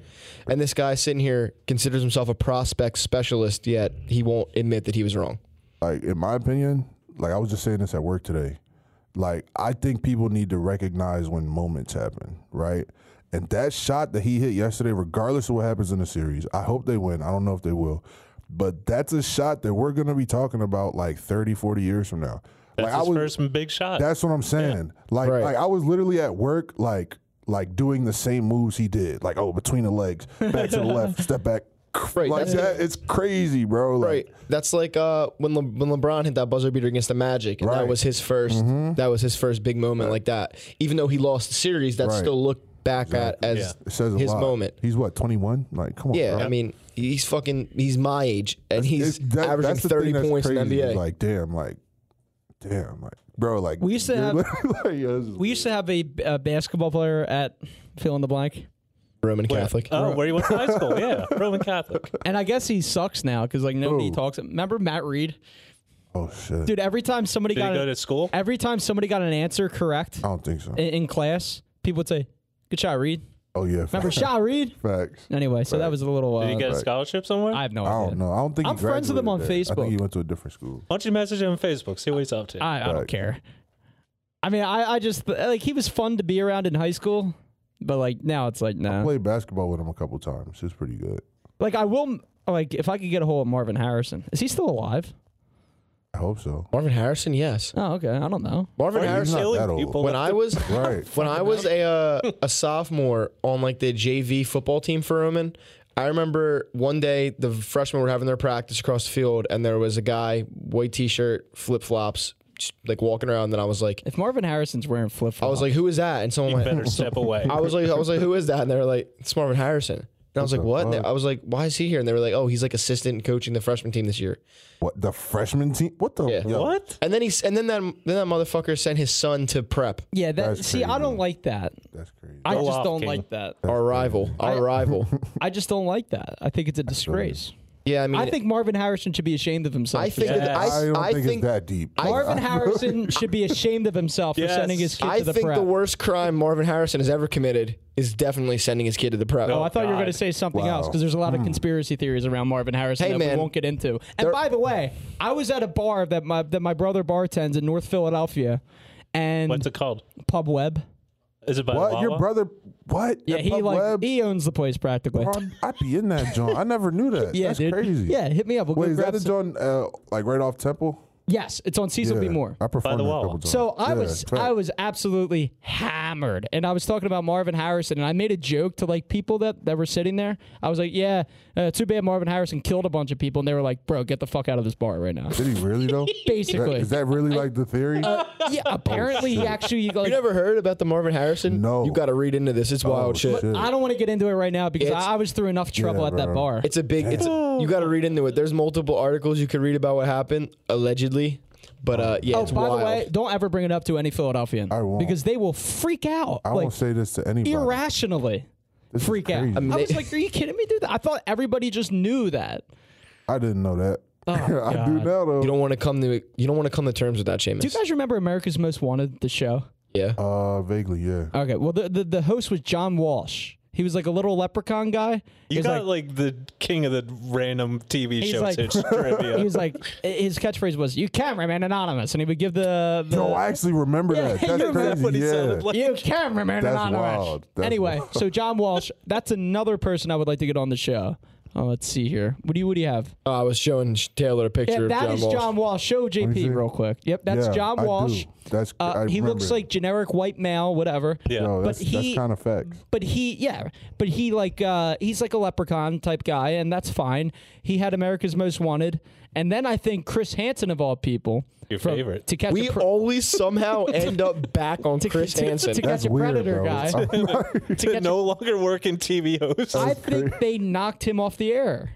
S3: And this guy sitting here considers himself a prospect specialist, yet he won't admit that he was wrong.
S4: like in my opinion, like I was just saying this at work today. Like I think people need to recognize when moments happen, right? And that shot that he hit yesterday, regardless of what happens in the series, I hope they win. I don't know if they will. But that's a shot that we're going to be talking about like 30, 40 years from now.
S5: That's
S4: like I
S5: his
S4: was
S5: first big shot.
S4: that's what I'm saying. Like,
S3: Right.
S4: like I was literally at work, like, like doing the same moves he did. Like, oh, between the legs, back to the left, step back,
S3: Right,
S4: like
S3: that's
S4: that. It's crazy, bro. Like,
S3: Right. That's like uh, when Le- when LeBron hit that buzzer beater against the Magic, and that
S4: Right. Mm-hmm.
S3: was his 1st That was his first big moment like that. Even though he lost the series, that
S4: Right.
S3: still looked back at as
S4: It says a
S3: his
S4: lot.
S3: moment.
S4: He's what 21? Like, come on.
S3: Yeah,
S4: bro.
S3: I mean, he's fucking, he's my age, and
S4: It's-
S3: he's
S4: that-
S3: averaging
S4: that's the thing
S3: thirty
S4: that's
S3: points in the
S4: crazy.
S3: NBA.
S4: Like, damn, like, damn, like, bro, like
S2: We used to
S4: you're
S2: have-
S4: literally like, yeah, this is-
S2: We used to have a, a basketball player at fill in the blank,
S3: Roman
S5: Where-
S3: Catholic.
S5: Oh, where he went to high school. Yeah, Roman Catholic.
S2: and I guess he sucks now because like nobody
S4: Who?
S2: talks. Remember Matt Reed,
S4: oh shit,
S2: dude? Every time somebody
S5: Did he
S2: got
S5: go
S2: a-
S5: to school?
S2: every time somebody got an answer correct
S4: I don't think so.
S2: in, in class, people would say, "Good shot, Reed."
S4: Oh yeah,
S2: Remember,
S4: facts.
S2: shot Reed.
S4: facts.
S2: Anyway, so that was a little. Uh,
S5: Did he get a scholarship somewhere?
S2: I have no
S4: I
S2: idea.
S4: don't know. I don't think he
S2: Oh, I'm friends with him on
S4: graduated there. I think he
S2: Facebook.
S4: went to a different school.
S5: Why don't you message him on Facebook? See what he's up to.
S2: I, I don't
S4: Right.
S2: care. I mean, I, I just like he was fun to be around in high school, but like now it's like no.
S4: I played basketball with him a couple times. It's pretty good.
S2: Like I will like if I could get a hold of Marvin Harrison. Is he still alive?
S4: I hope so.
S3: Marvin Harrison, yes.
S2: Oh, okay. I don't know.
S3: Marvin
S5: Are you
S3: Harrison.
S4: not
S5: killing
S4: that old.
S5: people
S3: When
S5: with
S3: I
S5: the-
S3: was
S4: Right.
S3: when I was a uh, a sophomore on like the JV football team for Roman, I remember one day the freshmen were having their practice across the field, and there was a guy, white T-shirt, flip flops, like walking around. And I was like,
S2: If Marvin Harrison's wearing flip
S3: I
S2: flops,
S3: was like, who is that? And someone
S5: better
S3: went,
S5: step away.
S3: I was like, I was like, who is that? And they were like, it's Marvin Harrison. And I was like, what? And they- I was like, why is he here? And they were like, oh, he's like assistant coaching the freshman team this year.
S4: What the freshman team? What the
S3: Yeah.
S4: yo,
S5: what?
S3: And then he s- and then that then that motherfucker sent his son to prep.
S2: yeah, that
S4: That's
S2: see, I
S4: crazy.
S2: don't like that.
S4: That's crazy.
S2: I
S5: Go
S2: just
S5: off,
S2: don't
S5: King.
S2: like that.
S3: Our rival, our rival.
S2: I just don't like that. I think it's a disgrace.
S3: Yeah, I mean,
S2: I think Marvin Harrison should be ashamed of himself.
S3: I
S2: for
S3: think
S2: that.
S3: that-
S5: Yeah.
S3: I,
S4: I don't
S3: I
S4: think,
S3: think
S4: it's that deep.
S2: Marvin Harrison should be ashamed of himself
S5: Yes.
S2: for sending his kid
S3: I
S2: to the
S3: think
S2: prep.
S3: the worst crime Marvin Harrison has ever committed is definitely sending his kid to the prep.
S2: Oh, I thought you were
S5: God.
S2: going to say something
S4: Wow. Hmm.
S2: else because there's a lot of conspiracy theories around Marvin Harrison
S3: Hey,
S2: that
S3: man.
S2: we won't get into. And by the way, I was at a bar that my that my brother bartends in North Philadelphia, and
S5: What's it called?
S2: Pub Web.
S5: Is it by
S4: What your
S5: Wawa?
S4: brother? What?
S2: Yeah, he like he owns the place practically.
S4: I'd be in that joint. I never knew that.
S2: yeah,
S4: That's
S2: dude.
S4: crazy.
S2: Yeah, hit me up. We'll
S4: Wait,
S2: go
S4: is
S2: grab
S4: that a
S2: some-
S4: joint uh, like right off Temple?
S2: Yes, it's on Cecil B. Moore.
S4: I prefer
S5: By
S4: that
S5: the wall.
S4: couple times.
S2: So I
S4: Yeah,
S2: was
S4: fact.
S2: I was absolutely hammered, and I was talking about Marvin Harrison, and I made a joke to like people that that were sitting there. I was like, "Yeah, uh, too bad Marvin Harrison killed a bunch of people," and they were like, "Bro, get the fuck out of this bar right now."
S4: Did he really though?
S2: Basically.
S4: Is that really like the theory?
S2: yeah, apparently he actually like.
S3: you never heard about the Marvin Harrison?
S4: No.
S3: you got to read into this. It's wild shit.
S4: shit.
S2: I don't want to get into it right now because
S3: It's-
S2: I, I was through enough trouble
S4: Yeah,
S2: at that
S4: bro.
S2: bar.
S3: It's a big. It's you got to read into it. There's multiple articles you could read about what happened allegedly, but uh, yeah,
S2: oh,
S3: it's
S2: by
S3: wild.
S2: the way, don't ever bring it up to any Philadelphian
S4: I won't.
S2: because they will freak out
S4: I
S2: like
S4: won't say this to anybody.
S2: irrationally.
S4: This is
S2: freak out.
S4: crazy.
S2: I,
S4: I mean,
S2: was
S3: they-
S2: like, "Are you kidding me, dude? I thought everybody just knew that."
S4: I didn't know that. I do
S2: Oh, God.
S4: now though.
S3: you don't want to come to you don't want to come to terms with that, Seamus.
S2: Do you guys remember America's Most Wanted, the show?
S3: yeah,
S4: uh, vaguely, yeah.
S2: Okay, well, the, the, the host was John Walsh, He was like a little leprechaun guy. He
S5: You
S2: was
S5: got
S2: like,
S5: like, the king of the random TV
S2: He's
S5: show
S2: like-
S5: pitch trivia.
S2: he was like his catchphrase was "You cameraman anonymous," and he would give the, the
S4: Yo, I actually remember
S2: Yeah,
S4: that.
S2: you
S4: That's
S2: remember
S4: crazy.
S5: what he
S4: yeah.
S5: sounded like.
S2: you cameraman
S4: That's
S2: anonymous.
S4: wild. That's
S2: anyway,
S4: wild.
S2: so John Walsh, that's another person I would like to get on the show. Oh, let's see here. What do you what do you have?
S3: Uh, I was showing Taylor
S2: Yeah,
S3: a picture of
S2: that
S3: John
S2: is
S3: Walsh.
S2: John Walsh. Show
S4: see.
S2: JP real quick. Yep, that's
S4: Yeah,
S2: John
S4: I do.
S2: Walsh.
S4: That's
S2: Uh,
S4: I
S2: he
S4: remember
S2: looks
S4: it.
S2: like generic white male, whatever.
S5: yeah.
S4: Yo, that's,
S2: he-
S4: that's kind of facts.
S2: But he, yeah, but he like uh, he's like a leprechaun type guy, and that's fine. He had America's Most Wanted, and then I think Chris Hansen of all people,
S5: Your
S2: from-
S5: favorite.
S2: to catch
S3: We
S2: a pre-
S3: always somehow end up back on Chris
S2: to- to-
S3: Hansen.
S2: to-
S4: That's
S2: a
S4: weird,
S2: predator
S4: bro.
S2: guy.
S4: It's- I'm not-
S5: to no longer work in TV host.
S2: I think they knocked him off the air.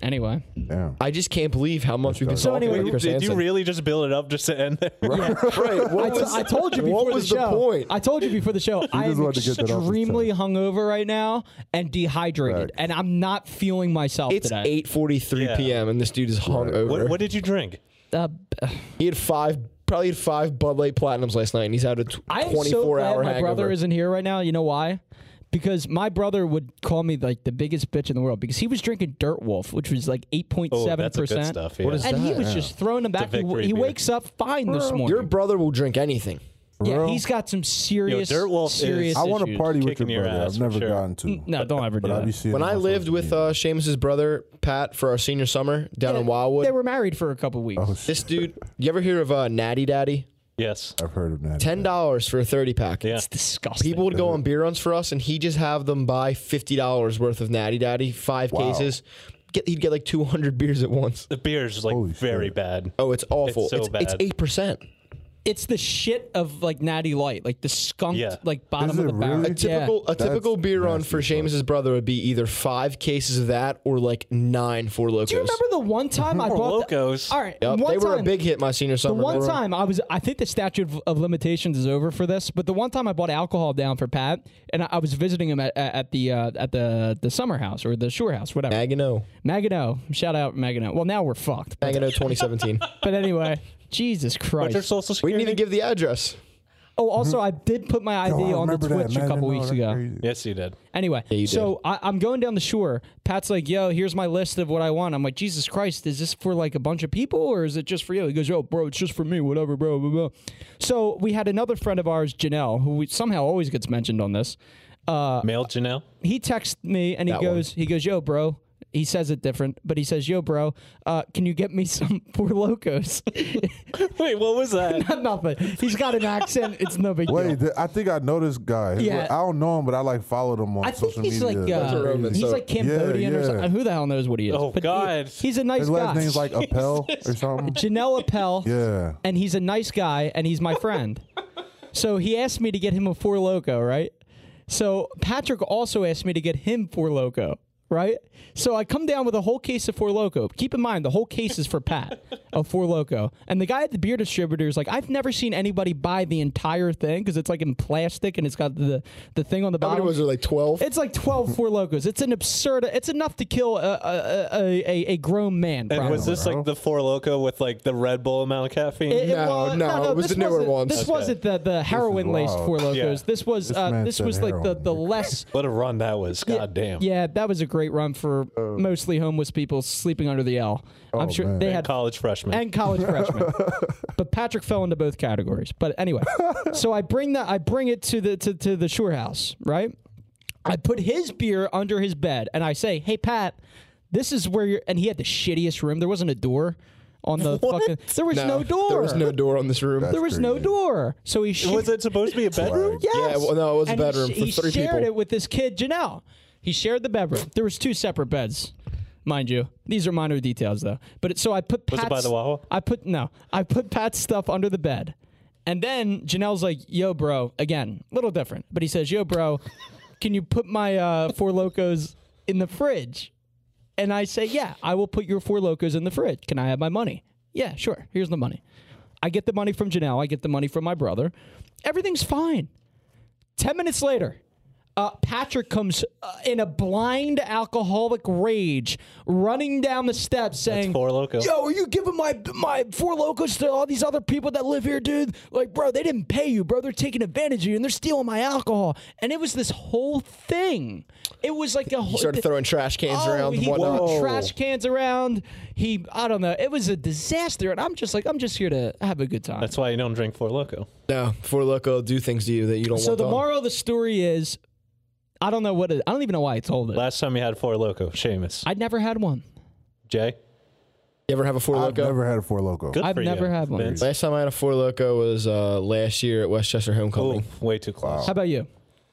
S2: Anyway,
S4: Damn.
S3: I just can't believe how much we've been
S4: So
S3: talking
S2: anyway,
S3: about
S5: Did
S3: Chris
S5: you
S3: Hansen.
S5: really just build it up just to end there?
S3: right.
S2: I,
S3: What
S2: t-
S3: was,
S2: I told you before
S3: what was
S2: the
S3: the,
S2: show.
S3: point?
S2: I told you before the show. I am
S4: wanted to get that off his
S2: extremely hungover right now and dehydrated,
S4: Facts.
S2: and I'm not feeling myself
S3: it's
S2: today.
S3: 8:43
S5: Yeah.
S3: p.m. and this dude is hungover.
S5: What, what did you drink?
S2: Uh,
S3: He had five, probably had five Bud Light Platinums last night, and he's had a tw-
S2: I am
S3: 24
S2: so glad
S3: hour
S2: my brother
S3: hangover.
S2: isn't here right now. You know why? Because my brother would call me like the biggest bitch in the world because he was drinking Dirt Wolf, which was like eight point
S5: Oh,
S2: seven
S5: that's a good
S2: percent,
S5: stuff.
S3: What
S5: yeah.
S3: is
S2: and he
S3: that?
S2: was just throwing them back. He,
S5: victory
S2: he
S5: beer.
S2: wakes up fine this morning.
S3: Your brother will drink anything.
S2: yeah,
S4: Bro.
S2: he's got some serious,
S5: Dirt Wolf is-
S2: serious.
S4: I want to
S2: issues.
S4: party with your
S5: Kicking your
S4: brother.
S5: ass
S4: I've
S5: for
S4: never
S5: sure.
S4: gotten to.
S2: No, don't ever do
S4: But I
S2: that.
S4: be seeing
S3: When
S4: him
S3: I
S4: on
S3: lived
S4: social
S3: with
S4: media.
S3: uh, Seamus's brother Pat for our senior summer down in Wildwood, Oh,
S2: They were married for a couple weeks.
S3: this dude, you ever hear of uh, Natty Daddy?
S5: Yes.
S4: I've heard of that.
S3: Ten dollars for a 30 pack.
S5: Yeah.
S2: It's disgusting.
S3: People would go on beer runs for us, and he just have them buy fifty dollars worth of Natty Daddy, five cases. Get, he'd get like two hundred beers at once.
S5: The beer is like
S4: Holy
S5: very
S4: shit.
S5: bad.
S3: Oh, it's awful.
S5: It's so
S3: it's
S5: bad.
S3: eight percent.
S2: it's the shit of like Natty Light, like the skunked
S5: Yeah.
S2: like bottom
S4: Is
S2: of
S4: it
S2: the barrel.
S4: really?
S3: A typical a
S4: That's
S3: typical beer run for
S4: nasty as fuck.
S3: Seamus's brother would be either five cases of that or like nine four locos.
S2: Do you remember the one time I bought the-
S5: Locos.
S2: All right,
S3: Yep,
S2: one
S3: they were
S2: time-
S3: a big hit my senior
S2: The
S3: summer.
S2: one
S3: remember?
S2: time I was, I think the statute of, of limitations is over for this. But the one time I bought alcohol down for Pat, and I, I was visiting him at, at the uh, at the the summer house or the shore house, whatever.
S3: Agano.
S2: Magano, shout out Magano. Well, now we're fucked. But,
S3: Agano 2017.
S2: but anyway, Jesus
S5: What's your
S2: Christ.
S5: social
S3: we
S5: security?
S3: didn't even give the address.
S2: Oh, also I did put my ID
S4: Yo, Mm-hmm. Oh, I
S2: on the
S4: remember that,
S2: Twitch a
S4: man.
S2: couple
S4: No,
S2: weeks
S4: that's
S2: ago.
S4: crazy.
S5: yes, you did.
S2: Anyway,
S3: you
S2: so I, I'm going down the shore. Pat's like, "Yo, here's my list of what I want." I'm like, "Jesus Christ, is this for like a bunch of people or is it just for you?" He goes, "Yo, bro, it's just for me. Whatever, bro." Blah, blah. So we had another friend of ours, Janelle, who we, somehow always gets mentioned on this. Uh,
S5: Mail Janelle.
S2: he texts me and he
S3: That one.
S2: goes, "He goes, yo, bro." He says it different, but he says, "Yo, bro, uh, can you get me some Four Locos?"
S5: Wait, what was that?
S2: Nothing. He's got an accent. It's no big deal.
S4: Wait, th- I think I know this guy. His-
S2: Yeah.
S4: I don't know him, but I like followed him on
S2: I think
S4: social
S2: he's
S4: media.
S2: like uh,
S3: are Romans,
S2: he's
S3: so-
S2: like Cambodian
S4: Yeah,
S2: or
S4: yeah.
S2: something. Who the hell knows what he is?
S5: Oh,
S2: he-
S5: God.
S2: he's a nice
S4: His
S2: guy.
S4: last name's like Appel or something.
S2: Janelle Appel.
S4: Yeah.
S2: and he's a nice guy, and he's my friend. so he asked me to get him a four loco, right? So Patrick also asked me to get him four loco, right? So I come down with a whole case of four loco. Keep in mind, the whole case is for Pat of four loco, and the guy at the beer distributor is like, I've never seen anybody buy the entire thing because it's like in plastic and it's got the the thing on the
S3: How many
S2: bottom.
S3: was there? Like 12?
S2: It's like 12 Four Locos. It's an absurd. It's enough to kill a a, a, a, a grown man.
S5: And
S2: probably.
S5: was this like the Four Loco with like the Red Bull amount of caffeine?
S2: It- it
S3: No,
S2: wa-
S3: no, it was
S2: this
S3: the newer
S2: wasn't-
S3: ones.
S2: This
S5: Okay.
S2: wasn't the, the heroin laced
S4: wild.
S2: Four Locos.
S5: Yeah.
S2: This was uh,
S4: man
S2: this
S4: said
S2: was like the,
S4: heroin.
S2: the less.
S5: what a run that was. God damn.
S2: Yeah, that was a great run for mostly homeless people sleeping under the L. I'm sure
S4: man.
S2: they
S5: And
S2: had
S5: college freshman.
S2: and college freshmen. but Patrick fell into both categories. But anyway, so I bring that I bring it to the to, to the shore house, right? I put his beer under his bed and I say, "Hey Pat, this is where you're." And he had the shittiest room. There wasn't a door on the fucking. There was no, door.
S3: There was no door on this room.
S2: There was no door. So he shit-
S5: was it supposed to be a bedroom?
S4: Swag.
S2: Yes.
S3: Yeah, well, no, it was a
S2: And he
S3: bedroom
S2: sh-
S3: for
S2: he
S3: three
S2: shared
S3: people.
S2: it with this kid Janelle. He shared the bedroom. There was two separate beds, mind you. These are minor details though. But it, so I put
S5: Was
S2: Pat's,
S5: it by the Wawa?
S2: I put no. I put Pat's stuff under the bed, and then Janelle's like, "Yo, bro." Again, little different, but he says, "Yo, bro, can you put my uh, four locos in the fridge?" And I say, "Yeah, I will put your four locos in the fridge. Can I have my money?" Yeah, sure. Here's the money. I get the money from Janelle. I get the money from my brother. Everything's fine. Ten minutes later, Uh, Patrick comes uh, in a blind alcoholic rage, running down the steps, saying,
S5: Four Loko.
S2: Yo, are you giving my my four locos to all these other people that live here, dude? Like, bro, they didn't pay you, bro. They're taking advantage of you and they're stealing my alcohol." And it was this whole thing. It was like a whole.
S3: He started throwing trash cans
S2: Oh,
S3: around and
S2: He
S3: whatnot.
S2: threw trash cans around. He, I don't know. It was a disaster, and I'm just like, I'm just here to have a good time.
S5: That's why you don't drink Four Loko.
S3: No, Four Loco do things to you that you don't
S2: so
S3: want.
S2: the
S3: done.
S2: moral of the story is, I don't know what it, I don't even know why I told it.
S5: Last time you had Four Loko, Seamus.
S2: I'd never had one.
S5: Jay?
S3: you ever have a Four
S4: I've
S3: Loco?
S4: never had a four loco.
S5: Good
S2: I've
S5: for
S2: never
S5: you,
S2: had one.
S5: Vince.
S3: Last time I had a Four Loco was uh, last year at Westchester Homecoming.
S5: Oh, way too close.
S2: How about you?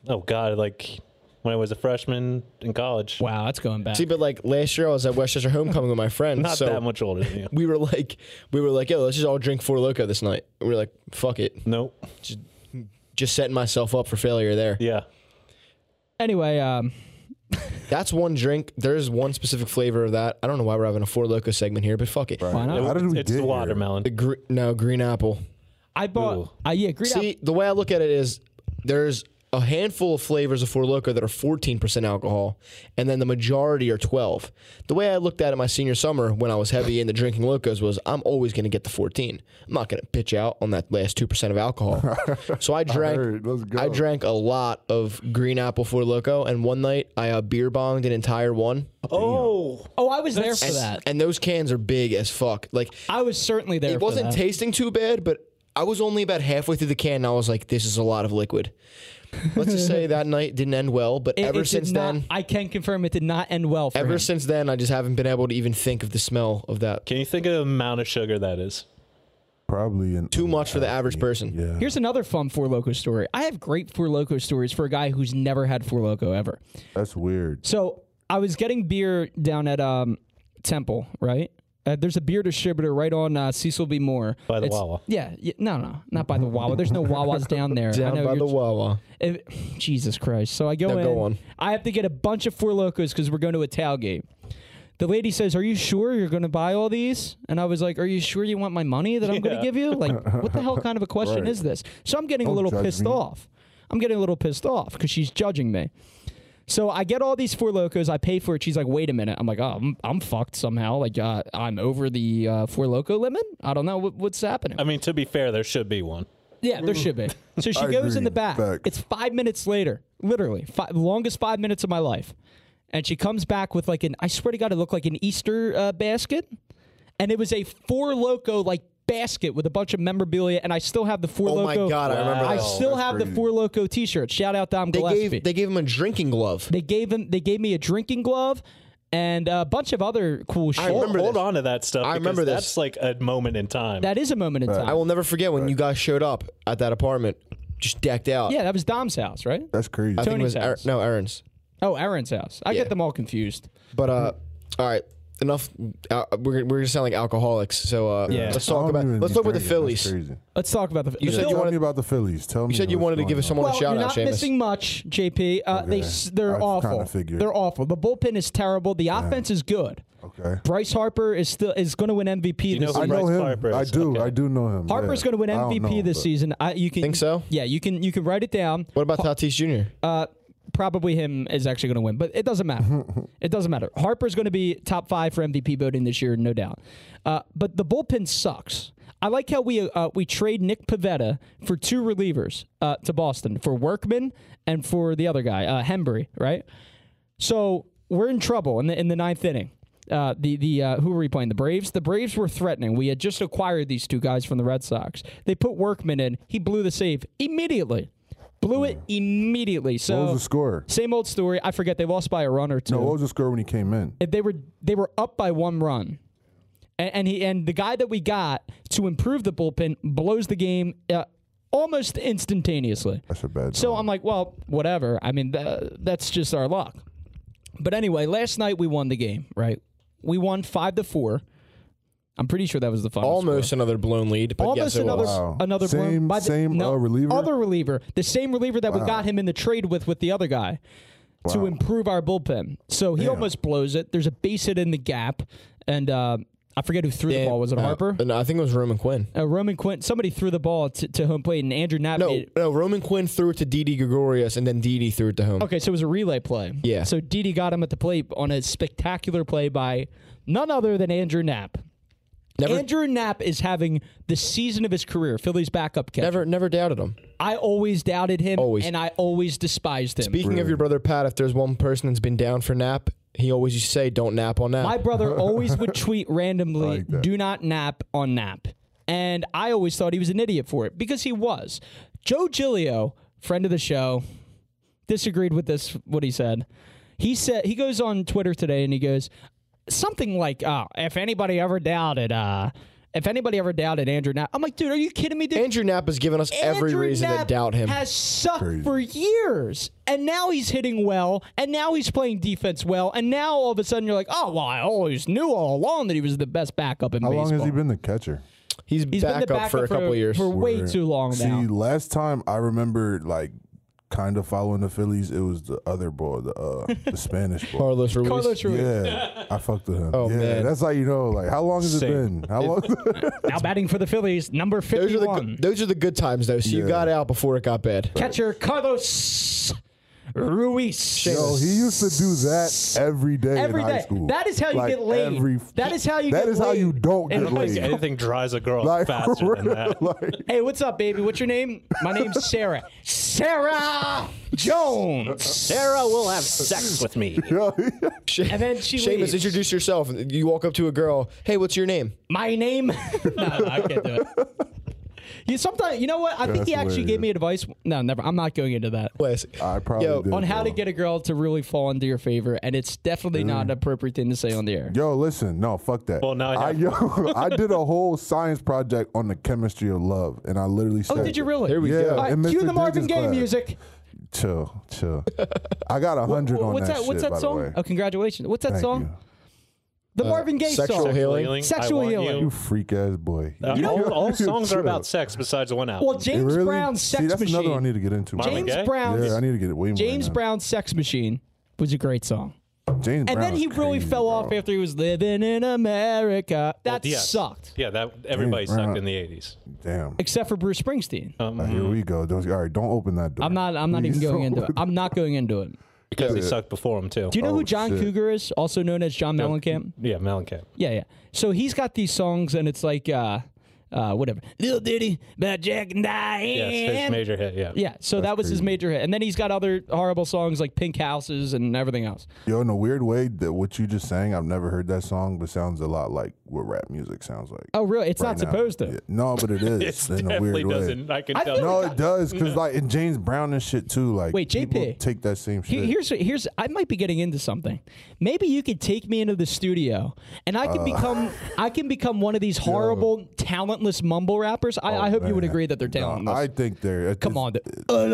S5: Oh, God. Like when I was a freshman in college.
S2: Wow, that's going back.
S3: See, but like last year I was at Westchester Homecoming with my friends.
S5: Not
S3: so
S5: that much older than you.
S3: We were like, we were like, yo, let's just all drink Four Loco this night. And we were like, fuck it,
S5: Nope.
S3: just setting myself up for failure there.
S5: Yeah.
S2: Anyway, um,
S3: That's one drink. There's one specific flavor of that. I don't know why we're having a Four Loco segment here, but fuck it.
S2: why not?
S4: How did we get
S5: it's the
S4: here?
S5: watermelon.
S3: The gre- no green apple.
S2: I
S5: Ooh.
S2: bought. Uh, yeah, green apple.
S3: See, the way I look at it is there's a handful of flavors of Four Loko that are 14% alcohol, and then the majority are 12. The way I looked at it my senior summer when I was heavy into drinking locos was I'm always going to get the 14. I'm not going to pitch out on that last 2% of alcohol. so I drank
S4: heard. Let's go.
S3: I drank a lot of green apple Four Loko, and one night I uh, beer bonged an entire one.
S5: Oh.
S2: Oh, I was there for that.
S3: And those cans are big as fuck. Like
S2: I was certainly there.
S3: it
S2: for
S3: wasn't
S2: that.
S3: tasting too bad, but I was only about halfway through the can and I was like, this is a lot of liquid. Let's just say that night didn't end well, but
S2: It- it
S3: ever
S2: did
S3: since
S2: not-
S3: then,
S2: I can confirm it did not end well. For
S3: ever
S2: him.
S3: since then, I just haven't been able to even think of the smell of that.
S5: Can you think of the amount of sugar that is?
S4: Probably in
S3: Too much for the average person.
S4: Yeah.
S2: Here's another fun Four Loco story. I have great Four Loco stories for a guy who's never had Four Loco ever.
S4: That's weird.
S2: So I was getting beer down at um, Temple, right? Uh, there's a beer distributor right on uh, Cecil B. Moore.
S5: By the Wawa.
S2: Yeah, yeah. No, no. Not by the Wawa. There's no Wawas down there. I
S3: Down
S2: know
S3: by
S2: you're
S3: the
S2: tr-
S3: Wawa.
S2: If- Jesus Christ. So I go
S3: Now
S2: in.
S3: go on.
S2: I have to get a bunch of Four Locos because we're going to a tailgate. The lady says, "Are you sure you're going to buy all these?" And I was like, "Are you sure you want my money that I'm going to
S5: Yeah.
S2: give you? Like, what the hell kind of a question
S4: Right.
S2: is this?" So I'm getting a
S4: Don't
S2: little
S4: judge
S2: pissed
S4: me.
S2: off. I'm getting a little pissed off because she's judging me. So I get all these Four Locos. I pay for it. She's like, "Wait a minute." I'm like, "Oh, I'm, I'm fucked somehow. Like, uh, I'm over the uh, Four Loco limit. I don't know what, what's happening."
S5: I mean, to be fair, there should be one.
S2: Yeah, there should be.
S3: Mm-hmm.
S2: So she
S4: I
S2: goes in
S4: agree.
S2: the back.
S4: Facts.
S2: It's five minutes later, literally, five, longest five minutes of my life. And she comes back with like an, I swear to God, it looked like an Easter uh, basket. And it was a Four Loco like basket with a bunch of memorabilia. And I still have the Four
S3: Oh my
S2: Loco.
S3: God, I remember
S2: I
S3: that.
S2: still
S4: That's
S2: have the
S4: crazy.
S2: Four Loco t shirt. Shout out Dom
S3: They
S2: Gillespie.
S3: gave, they gave him a drinking glove.
S2: They gave him, they gave me a drinking glove and a bunch of other cool shit.
S3: remember-
S5: hold
S3: this.
S5: on to that stuff.
S3: I
S5: because
S3: remember this.
S5: That's like a moment in time.
S2: that is a moment in
S3: I
S2: time.
S3: will never forget when you guys showed up at that apartment, just decked out.
S2: Yeah, that was Dom's house, right?
S4: That's crazy.
S3: I think it
S2: Tony's
S3: was Aaron,
S2: house.
S3: no Aaron's.
S2: Oh, Aaron's house. I
S3: Yeah.
S2: get them all confused.
S3: But uh, all right, enough. Uh, we're we're just sound like alcoholics. So uh,
S2: Yeah.
S3: let's
S4: I
S3: talk
S4: don't
S3: about
S4: even
S3: let's talk about the
S4: drink it. That's
S3: Phillies.
S4: crazy.
S2: Let's talk about the. the
S3: said you
S2: Phil-
S4: Tell
S3: wanted-
S4: me about the Phillies. Tell me.
S3: You said you
S4: what's
S3: wanted to
S4: going
S3: give us someone
S2: well,
S3: a shout
S2: you're
S3: out,
S2: not
S3: Seamus.
S2: missing much, JP. Uh, They s- they're
S4: I
S2: awful.
S4: kinda figured.
S2: They're awful. The bullpen is terrible. The offense is good.
S4: on. Okay.
S2: Bryce Harper is still is going to win MVP.
S5: You know
S2: this
S5: who
S4: I
S2: season.
S4: know
S5: Bryce
S4: him.
S5: Harper
S4: I
S5: is-
S4: do.
S5: okay.
S4: I do know him.
S2: Harper's going to win
S4: I don't
S2: MVP
S4: know,
S2: this
S4: but-
S2: season. I, you can
S3: Think so?
S2: Yeah, you can you can write it down.
S3: What about Tatis Jr.?
S2: Uh, probably him is actually going to win, but it doesn't matter. it doesn't matter. Harper's going to be top five for MVP voting this year, no doubt. Uh, but the bullpen sucks. I like how we uh, we trade Nick Pavetta for two relievers uh, to Boston for Workman and for the other guy uh, Hembury, right? So we're in trouble in the in the ninth inning. Uh, the the uh, who were we playing? The Braves. The Braves were threatening. We had just acquired these two guys from the Red Sox. They put Workman in. He blew the save immediately. Blew it immediately. So
S4: What was the score?
S2: same old story. I forget they lost by a run or two.
S4: No, what was the score when he came in?
S2: If they were they were up by one run, and, and he and the guy that we got to improve the bullpen blows the game uh, almost instantaneously.
S4: That's a bad.
S2: So
S4: sign.
S2: I'm like, well, whatever. I mean, th- that's just our luck. But anyway, last night we won the game, right? We won five to four. I'm pretty sure that was the final. score.
S3: Almost another blown lead, but
S2: Almost
S3: yes, it
S2: another
S3: was.
S4: Wow.
S2: another blown-
S4: Same-
S2: by the-
S4: same, uh, reliever?
S2: Other reliever, the same reliever that we got him in the trade with with the other guy to improve our bullpen. So he almost blows it. There's a base hit in the gap, and uh, I forget who threw the
S3: Dan-
S2: ball. Was it
S3: uh,
S2: Harper?
S3: No, I think it was Roman Quinn.
S2: Uh, Roman Quinn. Somebody threw the ball to, to home plate, and Andrew Knapp.
S3: No,
S2: made it.
S3: no, Roman Quinn threw it to Didi Gregorius, and then Didi threw it to home.
S2: Okay, so it was a relay play.
S3: Yeah.
S2: So Didi got him at the plate on a spectacular play by none other than Andrew Knapp.
S3: Never,
S2: Andrew Knapp is having the season of his career. Philly's backup catcher.
S3: never, never doubted him.
S2: I always doubted him,
S3: Always.
S2: and I always despised him.
S3: Speaking of your brother Pat, if there's one person that's been down for nap, he always used to say, "Don't nap on nap."
S2: My brother always would tweet randomly,
S4: like that.
S2: do not nap on nap. And I always thought he was an idiot for it because he was. Joe Gilio, friend of the show, disagreed with this what he said. He said he goes on Twitter today and he goes something like, "Oh, if anybody ever doubted uh if anybody ever doubted Andrew Knapp, I'm like, dude, are you kidding me, dude?
S3: Andrew Knapp has given us every
S2: Andrew
S3: reason
S2: Knapp
S3: to doubt him.
S2: Has sucked for years, and now he's hitting well, and now he's playing defense well, and now all of a sudden you're like, oh well, I always knew all along that he was the best backup in
S4: How
S2: baseball.
S4: long has he been the catcher?
S3: He's,
S2: He's
S3: back
S2: been the
S3: up
S2: backup
S3: for a couple years.
S2: for way
S4: Word.
S2: too long
S4: See,
S2: now.
S4: last time I remember, like, kind of following the Phillies, it was the other boy, the uh, the Spanish boy.
S3: Carlos Ruiz.
S2: Carlos Ruiz
S4: Yeah, I fucked with him.
S3: Oh,
S4: yeah,
S3: man.
S4: that's how you know. Like, how long has it
S5: Same.
S4: been? How long?
S2: now batting for the Phillies, number
S3: Those are the
S2: fifty-one,
S3: good, those are the good times though. So you
S4: Yeah.
S3: got out before it got bad.
S2: catcher Carlos Ruiz.
S4: Yo, he used to do that every day
S2: Every
S4: in
S2: day.
S4: high school.
S2: That is how you
S4: Like,
S2: get laid. That is how you
S4: That
S2: get
S4: is how
S2: laid.
S4: you don't
S2: And
S4: get
S2: like-
S4: laid.
S5: Anything dries a girl
S4: Like,
S5: faster than that.
S4: like,
S2: Hey, what's up, baby? What's your name? My name's Sarah. Sarah Jones.
S5: Sarah will have sex with me.
S2: And then she
S3: Seamus,
S2: leaves.
S3: introduce yourself. You walk up to a girl. Hey, what's your name?
S2: my name. no, no, I can't do it. You sometimes, you know what? I think he
S4: that's
S2: actually gave
S4: hilarious.
S2: me advice. No, never. I'm not going into that.
S3: Wes.
S4: I probably
S3: Yo,
S4: did,
S2: On how to
S4: bro.
S2: get a girl to really fall into your favor, and it's definitely not an appropriate thing to say on the air.
S4: Yo, listen, no, fuck that.
S5: Well, now I have-
S4: yo, I did a whole science project on the chemistry of love, and I literally said,
S2: Oh, did you really?
S3: There we
S4: Yeah,
S3: go.
S2: All right,
S4: and
S2: cue
S4: Mr.
S2: the Marvin
S4: Digits
S2: Gaye
S4: class.
S2: music.
S4: Chill, chill. I got a hundred
S2: Wh-
S4: on
S2: What's
S4: that.
S2: that? What's
S4: shit,
S2: that
S4: by
S2: song?
S4: The way.
S2: Oh, congratulations. What's that
S4: Thank
S2: song?
S4: you.
S2: The
S4: Uh,
S2: Marvin Gaye
S3: Sexual
S2: song.
S3: Healing.
S5: Healing,
S2: Sexual
S5: I want
S2: healing.
S5: You.
S4: You freak ass boy.
S5: Uh,
S4: You-
S5: all, all
S4: you
S5: songs are
S4: chill.
S5: about sex, besides one album.
S2: Well,
S4: It
S2: James
S4: really-
S2: Brown's
S4: See,
S2: Sex
S4: that's
S2: Machine.
S4: another I need to get into.
S5: Marvin
S2: James
S5: Gaye?
S2: Brown's
S4: Yeah, I need to get it way more.
S2: James
S4: now.
S2: Brown's Sex Machine was a great song.
S4: James
S2: And
S4: Brown
S2: then
S4: is
S2: he really
S4: crazy,
S2: fell
S4: bro.
S2: off after he was living in America. That
S5: yeah.
S2: sucked.
S5: yeah, that everybody
S4: James Brown.
S5: sucked in the '80s.
S4: Damn.
S2: Except for Bruce Springsteen.
S5: Um,
S4: Uh, here we go. Don't, all right, don't open that door.
S2: I'm not I'm not even
S4: Please
S2: going
S4: don't
S2: into it.
S4: open-
S2: I'm not going into it.
S5: because he sucked before him too.
S2: Do you know who John
S4: shit.
S2: Cougar is? Also known as John Mellencamp?
S5: yeah, Mellencamp.
S2: Yeah, yeah. So he's got these songs and it's like uh uh whatever. Little Diddy about Jack and Diane.
S5: Yeah, it's his major hit. Yeah.
S2: Yeah, so that was his major hit. And then he's got other horrible songs like Pink Houses and everything else.
S4: Yo, in a weird way, that what you just sang, I've never heard that song, but sounds a lot like what rap music sounds like.
S2: Oh really? It's not
S4: right now.
S2: supposed to.
S4: Yeah. No, but it is.
S5: It's
S4: in a
S5: definitely
S4: weird way.
S5: doesn't. I can
S2: I
S5: tell.
S2: feel
S4: No, it does because like in James Brown and shit too. Like
S2: Wait,
S4: people
S2: JP.
S4: take that same
S2: Here-
S4: shit.
S2: Here's here's I might be getting into something. Maybe you could take me into the studio, and I
S4: Uh.
S2: can become I can become one of these horrible, talentless mumble rappers. I, I hope you would
S4: Oh, man.
S2: agree that they're
S4: No,
S2: talentless.
S4: I think they're.
S2: Come on, uh, dude.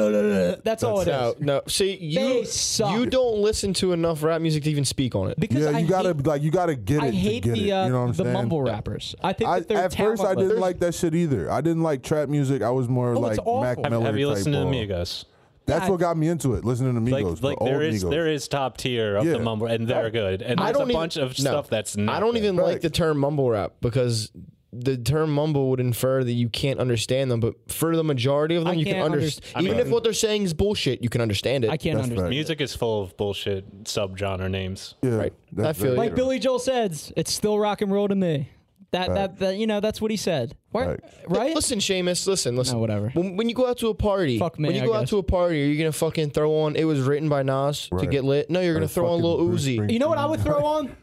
S2: that's all it is.
S3: No, no. See,
S2: They
S3: you
S2: suck.
S3: you don't listen to enough rap music to even speak on it.
S2: Because
S4: Yeah,
S2: I
S4: you gotta
S2: hate,
S4: like you gotta get it.
S2: I
S4: to
S2: hate
S4: get
S2: the
S4: it,
S2: uh,
S4: you know what I'm
S2: the
S4: saying?
S2: mumble rappers. I think
S4: I,
S2: that they're
S4: at first, I
S2: talentless.
S4: didn't like that shit either. I didn't like trap music. I was more
S2: it's
S4: like Mac
S2: awful. Have-
S4: Miller.
S5: Have you
S4: type
S5: listened to
S4: of-
S5: Amigos?
S4: That's what got me into it. Listening to
S5: Like,
S4: Migos,
S5: like
S4: the
S5: there
S4: old
S5: is
S4: Migos.
S5: there is top tier of
S4: Yeah.
S5: the mumble, and they're good. And
S3: I
S5: there's a
S3: don't even-
S5: bunch of
S3: no.
S5: stuff that's not.
S3: I don't
S5: good.
S3: even like
S4: Right.
S3: the term mumble rap because the term mumble would infer that you can't understand them. But for the majority of them,
S2: I
S3: you can
S2: can't
S3: understand.
S2: underst- I
S3: even
S5: mean-
S3: if what they're saying is bullshit, you can understand it.
S2: I can't
S4: That's
S2: understand.
S4: fact.
S5: Music is full of bullshit subgenre names.
S4: yeah,
S3: Right.
S4: that's
S3: I feel
S4: very
S3: you.
S2: Like
S4: true.
S2: Billy Joel says, it's still rock and roll to me. That that, that you know that's what he said. Where-
S4: Right.
S2: Right?
S3: Listen, Seamus. Listen, listen.
S2: No, whatever.
S3: When, when you go out to a party,
S2: Fuck me,
S3: when you
S2: I
S3: go out
S2: guess.
S3: to a party, are you gonna fucking throw on? It was written by Nas to
S4: Right.
S3: get lit. No, you're gonna
S4: Or
S3: throw on
S4: fucking
S3: Lil
S4: Bruce
S3: Uzi.
S4: Springsteen.
S2: you know what I would throw on?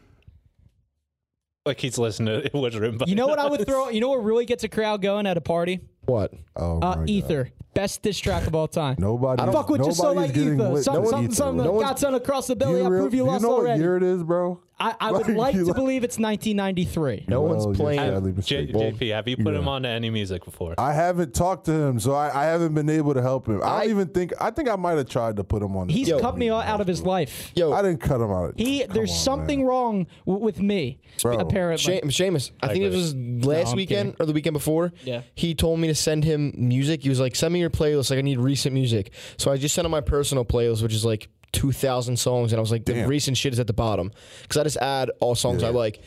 S5: Like he's listening to it was written by.
S2: You know what I would throw? You know what really gets a crowd going at a party?
S3: What?
S4: Oh my
S2: Uh,
S4: God.
S2: Ether, best diss track of all time.
S4: Nobody.
S2: I fuck with you so like Ether. Something, something, something.
S4: No
S2: got something across the belly.
S4: you,
S2: I
S4: real-
S2: prove you,
S4: do
S2: lost
S4: know what
S2: already.
S4: year it is, bro?
S2: I, I would
S4: Like,
S2: like
S4: you
S2: to
S4: like-
S2: believe it's 1993.
S3: No
S4: Well,
S3: one's
S4: you're
S3: playing.
S4: sadly
S5: J-
S4: mistaken.
S5: JP, have you put him on to any music before?
S4: I haven't talked to him, so I, I haven't been able to help him. I, don't even think. I think I might have tried to put him on. the
S2: He's
S4: show.
S2: cut me all out of his life.
S3: Yo,
S4: I didn't cut him out. of-
S2: He,
S4: Come
S2: there's
S4: on,
S2: something
S4: man.
S2: wrong w- with me,
S4: Bro.
S2: apparently.
S3: Sha- Seamus, I, think this
S5: agree.
S3: was last
S2: I'm
S3: weekend
S2: kidding.
S3: or the weekend before.
S2: Yeah.
S3: He told me to send him music. He was like, send me your playlist. Like, I need recent music. So I just sent him my personal playlist, which is like 2,000 songs. And I was like, the recent shit is at the bottom. Because I just add all songs I like.